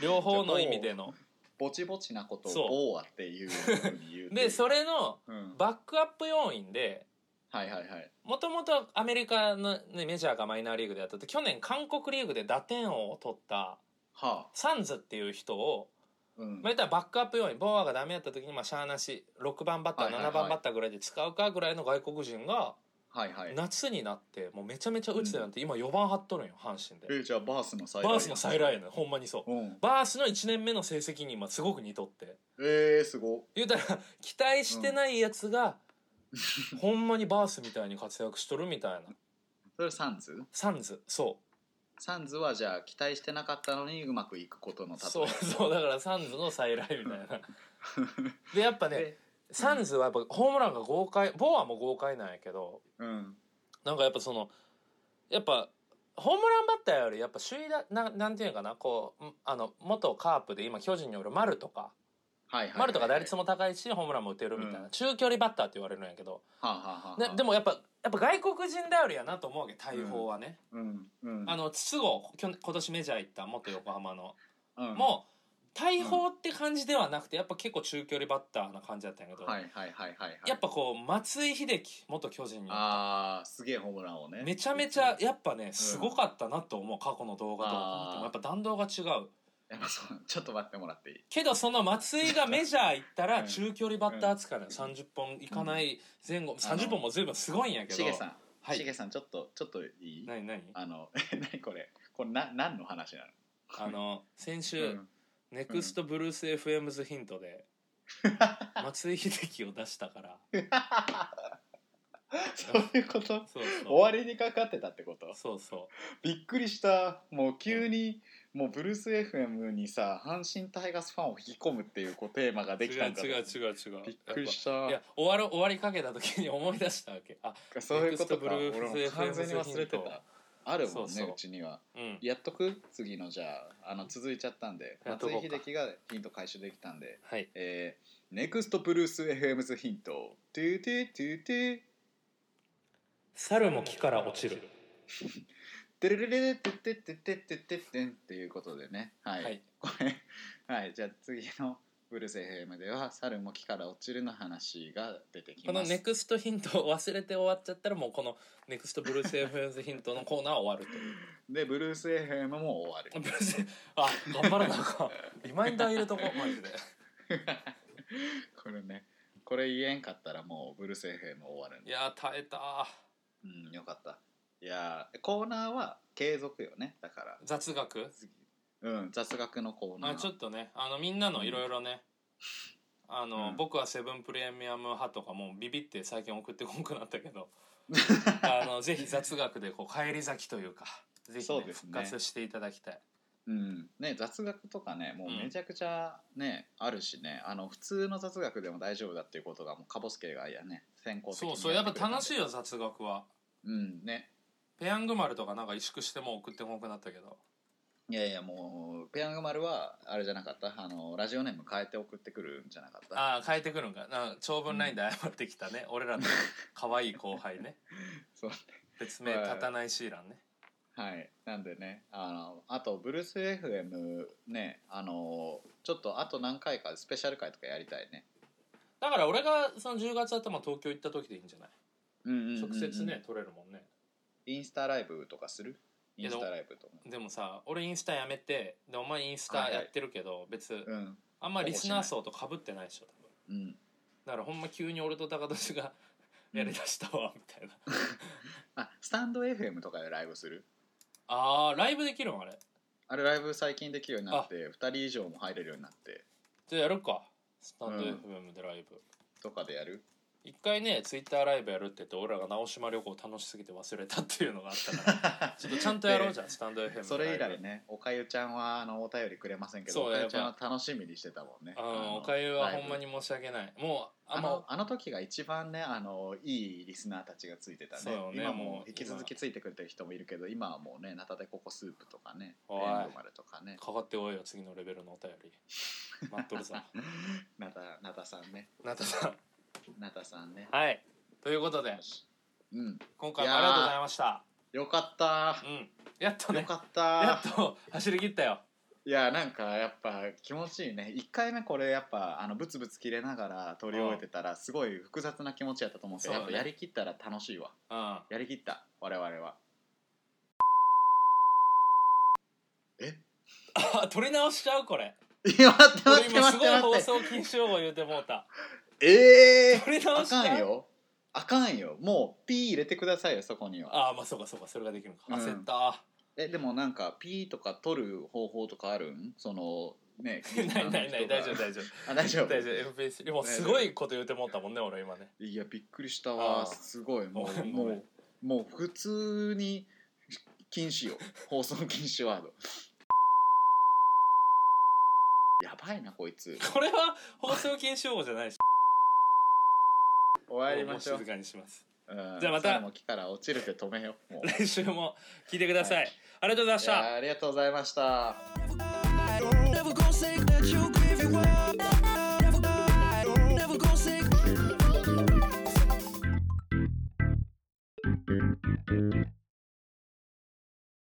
Speaker 1: 両方の意味での
Speaker 2: ぼちぼちなこと
Speaker 1: そう
Speaker 2: を「ボーア」っていうふうに言うっていう
Speaker 1: でそれの
Speaker 2: うん、
Speaker 1: バックアップ要因で
Speaker 2: はいはいはい
Speaker 1: もともとアメリカの、ね、メジャーがマイナーリーグでやったって去年韓国リーグで打点王を取った
Speaker 2: はあ
Speaker 1: サンズっていう人を
Speaker 2: うん
Speaker 1: まあ、言ったらバックアップ要員ボーアがダメだった時にまあしゃあなし6番バッター、
Speaker 2: はいはいはい
Speaker 1: 7番バッターぐらいで使うかぐらいの外国人が
Speaker 2: はいはい
Speaker 1: 夏になってもうめちゃめちゃ打ちてなんて今4番張っとるんよ阪神で
Speaker 2: えじゃあバースの再
Speaker 1: バースの再来
Speaker 2: 来
Speaker 1: やねんほんまにそう
Speaker 2: うん
Speaker 1: バースの1年目の成績に今すごく似とって
Speaker 2: えー、すご
Speaker 1: 言うたら (laughs) 期待してないやつが、ほんまにバースみたいに活躍しとるみたいな
Speaker 2: それサンズ
Speaker 1: サンズそ
Speaker 2: サンズはじゃあ期待してなかったのにうまくいくことの
Speaker 1: う
Speaker 2: 例え
Speaker 1: そうそうだからサンズの再来みたいなでやっぱね
Speaker 2: (laughs) で
Speaker 1: サンズはやっぱホームランが豪快ボーアも豪快なんやけど
Speaker 2: うん
Speaker 1: なんかやっぱそのやっぱホームランバッターよりやっぱ首位だななんていうのかなこうんあの元カープで今巨人におる丸とか
Speaker 2: はいはいはいはい
Speaker 1: 丸とか打率
Speaker 2: も
Speaker 1: も高いしホームランも打てるみたいな、
Speaker 2: うん
Speaker 1: 中距離バッターって言われるんやけど、
Speaker 2: はあ、はあはあ、
Speaker 1: ね、でもやっぱやっぱ外国人頼りやなと思うわけ大砲はね、
Speaker 2: うんうん
Speaker 1: あの筒香きょ今年メジャー行った元横浜の、
Speaker 2: うん
Speaker 1: もう大砲って感じではなくてやっぱ結構中距離バッターな感じだったんやけど、
Speaker 2: はいはいはいはいはい
Speaker 1: やっぱこう松井秀喜元巨人に
Speaker 2: あーすげえホームランをね
Speaker 1: めちゃめちゃやっぱねすごかったなと思う、過去の動画とか見て
Speaker 2: あ
Speaker 1: も
Speaker 2: ー
Speaker 1: やっぱ弾道が違う
Speaker 2: やっぱそうちょっと待ってもらっていい
Speaker 1: けどその松井がメジャー行ったら
Speaker 2: うん
Speaker 1: 中距離バッター扱いなの30本いかない前後、30本も随分すごいんやけど
Speaker 2: しげさん、
Speaker 1: は
Speaker 2: し
Speaker 1: い
Speaker 2: げさんちょっとちょっといい
Speaker 1: 何何
Speaker 2: あの (laughs) 何これこれな何の話なの
Speaker 1: あの先週、
Speaker 2: うん
Speaker 1: ネクストブルース FM ズヒント
Speaker 2: (laughs)
Speaker 1: で松井秀喜を出したから
Speaker 2: そういうこと
Speaker 1: そう
Speaker 2: 終わりにかかってたってこと
Speaker 1: そうそうそ
Speaker 2: びっくりしたもう急に、もうブルース FM にさ阪神タイガースファンを引き込むっていうこうテーマが
Speaker 1: う
Speaker 2: できたんかと
Speaker 1: 違う違う違う違う
Speaker 2: びっくりした
Speaker 1: いや終わる終わりかけた時に思い出したわけあ
Speaker 2: そういうことか
Speaker 1: ネクストブルー
Speaker 2: 俺
Speaker 1: ス
Speaker 2: も完全に
Speaker 1: FM
Speaker 2: 忘れて
Speaker 1: ヒント
Speaker 2: たあるもんね
Speaker 1: そううそう
Speaker 2: ちには
Speaker 1: うん
Speaker 2: やっとく次のじゃああの続いちゃったんで
Speaker 1: やっと
Speaker 2: 松
Speaker 1: こう
Speaker 2: 井
Speaker 1: か
Speaker 2: 秀喜がヒント回収できたんで
Speaker 1: はい
Speaker 2: えー、ネクストブルース FM ズヒントトゥトゥトゥトゥ
Speaker 1: 猿も木から落ちる
Speaker 2: テレレレレテテテテテテテンっていうことでねはい、
Speaker 1: はい
Speaker 2: これはいじゃあ次のブルース FM では「猿も木から落ちる」の話が出てき
Speaker 1: この
Speaker 2: ます
Speaker 1: ネクストヒントを忘れて終わっちゃったらもうこのネクストブルース FM ズヒントのコーナーは終わるという
Speaker 2: でブルース FM も終わる
Speaker 1: (laughs) ブルースあ頑張らなあかんリマインダー入れとこうマジで
Speaker 2: これねこれ言えんかったらもうブルース FM 終わるん
Speaker 1: い
Speaker 2: で
Speaker 1: やー耐えたー
Speaker 2: うんよかったいやーコーナーは継続よねだから
Speaker 1: 雑学
Speaker 2: 次うん雑学のコーナー
Speaker 1: あちょっとねあのみんなのいろいろね、あの、
Speaker 2: うん
Speaker 1: 僕はセブンプレミアム派とかもうビビって最近送ってこんくなったけ (laughs) どあのぜひ雑学でこう返り咲きというかぜひ、
Speaker 2: そ
Speaker 1: ね
Speaker 2: うですね
Speaker 1: 復活していただきたい
Speaker 2: うんね、雑学とかねもう
Speaker 1: うん
Speaker 2: めちゃくちゃね、あるしねあの普通の雑学でも大丈夫だっていうことがもうカボスケがいやね先行的に
Speaker 1: そうそうやっぱ楽しい
Speaker 2: い
Speaker 1: よ雑学は
Speaker 2: うんね
Speaker 1: ペヤング丸とかなんか萎縮してもう送ってこんくなったけど
Speaker 2: いやいやもうペヤング丸はあれじゃなかったあのラジオネーム変えて送ってくるんじゃなかった
Speaker 1: ああ変えてくるんかな長文ラインで謝ってきたね、俺らの可愛い後輩
Speaker 2: (laughs)
Speaker 1: ね
Speaker 2: そう
Speaker 1: 別名立たないシーランね
Speaker 2: はいなんでねあのあとブルース FM ねあのちょっとあと何回かスペシャル回とかやりたいね
Speaker 1: だから俺がその10月頭東京行った時でいいんじゃない
Speaker 2: うんうんうんうん
Speaker 1: 直接ね取れるもんね
Speaker 2: インスタライブとかするイ
Speaker 1: や
Speaker 2: ン
Speaker 1: で
Speaker 2: ス
Speaker 1: も
Speaker 2: タライブとか
Speaker 1: でもさ俺インスタやめてでお前インスタやってるけど、別
Speaker 2: うん
Speaker 1: あんまリスナー層と被ってないでしょ多分
Speaker 2: うん
Speaker 1: だからほんま急に俺と高俊が (laughs) やりだしたわみたいな、
Speaker 2: あスタンド FM とかでライブする
Speaker 1: あーライブできるんあれ
Speaker 2: あれライブ最近できるようになって2人以上も入れるようになって
Speaker 1: じゃあやるかスタンド
Speaker 2: うん
Speaker 1: FM でライブ、
Speaker 2: とかで
Speaker 1: (laughs)
Speaker 2: やる
Speaker 1: 一回ねツイッターライブやるって言って俺らが直島旅行楽しすぎて忘れたっていうのがあったからちょっとちゃんとやろうじゃんスタンド FM のライブ
Speaker 2: それ以来ねおかゆちゃんはあのお便りくれませんけど
Speaker 1: そう
Speaker 2: おかゆちゃん
Speaker 1: や
Speaker 2: は楽しみにしてたもんね
Speaker 1: あ
Speaker 2: の
Speaker 1: のおかゆはほんま
Speaker 2: ライブ
Speaker 1: に申し訳ないもうあ
Speaker 2: あ
Speaker 1: んま
Speaker 2: のあの時が一番ねあのいいリスナーたちがついてた
Speaker 1: そう
Speaker 2: ね
Speaker 1: よね
Speaker 2: 今
Speaker 1: も
Speaker 2: も
Speaker 1: う
Speaker 2: 引き続きついてくれてる人もいるけど今はもうねナタデココスープとかね
Speaker 1: おい
Speaker 2: レンドマルとかね
Speaker 1: かかっておいよ次のレベルのお便り待っとるぞ
Speaker 2: ナタナタさんね
Speaker 1: なたさん
Speaker 2: ナタさんね
Speaker 1: はいということで
Speaker 2: よしうん
Speaker 1: 今回もありがとうございました
Speaker 2: よかった
Speaker 1: うんやっと
Speaker 2: よ
Speaker 1: ね
Speaker 2: かっ
Speaker 1: や
Speaker 2: た
Speaker 1: っと走り切ったよ
Speaker 2: いやなんかやっぱ気持ちいいね1回目これやっぱあのブツブツ切れながら撮り終えてたらすごい複雑な気持ちやったと思うけど
Speaker 1: そう
Speaker 2: や
Speaker 1: だ
Speaker 2: っ
Speaker 1: ね
Speaker 2: ぱやりきったら楽しいわ
Speaker 1: うん
Speaker 2: やりきった
Speaker 1: (laughs)
Speaker 2: 我々はえ
Speaker 1: あ撮り直しちゃうこれ
Speaker 2: いや待って待
Speaker 1: 俺
Speaker 2: って
Speaker 1: 今
Speaker 2: 待
Speaker 1: す
Speaker 2: っ
Speaker 1: ごい
Speaker 2: て
Speaker 1: 放
Speaker 2: 待って
Speaker 1: 送禁止用語言うてもうた
Speaker 2: ええ
Speaker 1: 撮り直
Speaker 2: あ
Speaker 1: しちゃう
Speaker 2: かんよあかんよもうピー入れてくださいよそこには
Speaker 1: ああまあそうかそうかそれができるのか
Speaker 2: うん
Speaker 1: 焦った、
Speaker 2: えでもなんかピーとか取る方法とかあるんそのね
Speaker 1: (laughs) ないないない大丈夫
Speaker 2: 夫
Speaker 1: 大丈
Speaker 2: あ大丈
Speaker 1: 夫
Speaker 2: 夫
Speaker 1: 大丈夫 MP3 もうすごいこと言うてもうたもんね俺今ね
Speaker 2: いやびっくりした
Speaker 1: あ
Speaker 2: わ
Speaker 1: ー
Speaker 2: すごいも
Speaker 1: (laughs) ごめ
Speaker 2: うんも
Speaker 1: ごめん
Speaker 2: うもう普通に禁止よ放送禁止ワード (laughs) やばいなこいつ
Speaker 1: これは放送禁止用語じゃ
Speaker 2: (laughs)
Speaker 1: ないし
Speaker 2: 終わりましょう
Speaker 1: も静かにします
Speaker 2: うん
Speaker 1: じゃあまた
Speaker 2: 猿も木から落ちるって止めようもう
Speaker 1: 来週も聞いてください、
Speaker 2: はい
Speaker 1: ありがとうございまし
Speaker 2: い
Speaker 1: た
Speaker 2: やありがとうございました
Speaker 3: Never gonna say that you're giving up.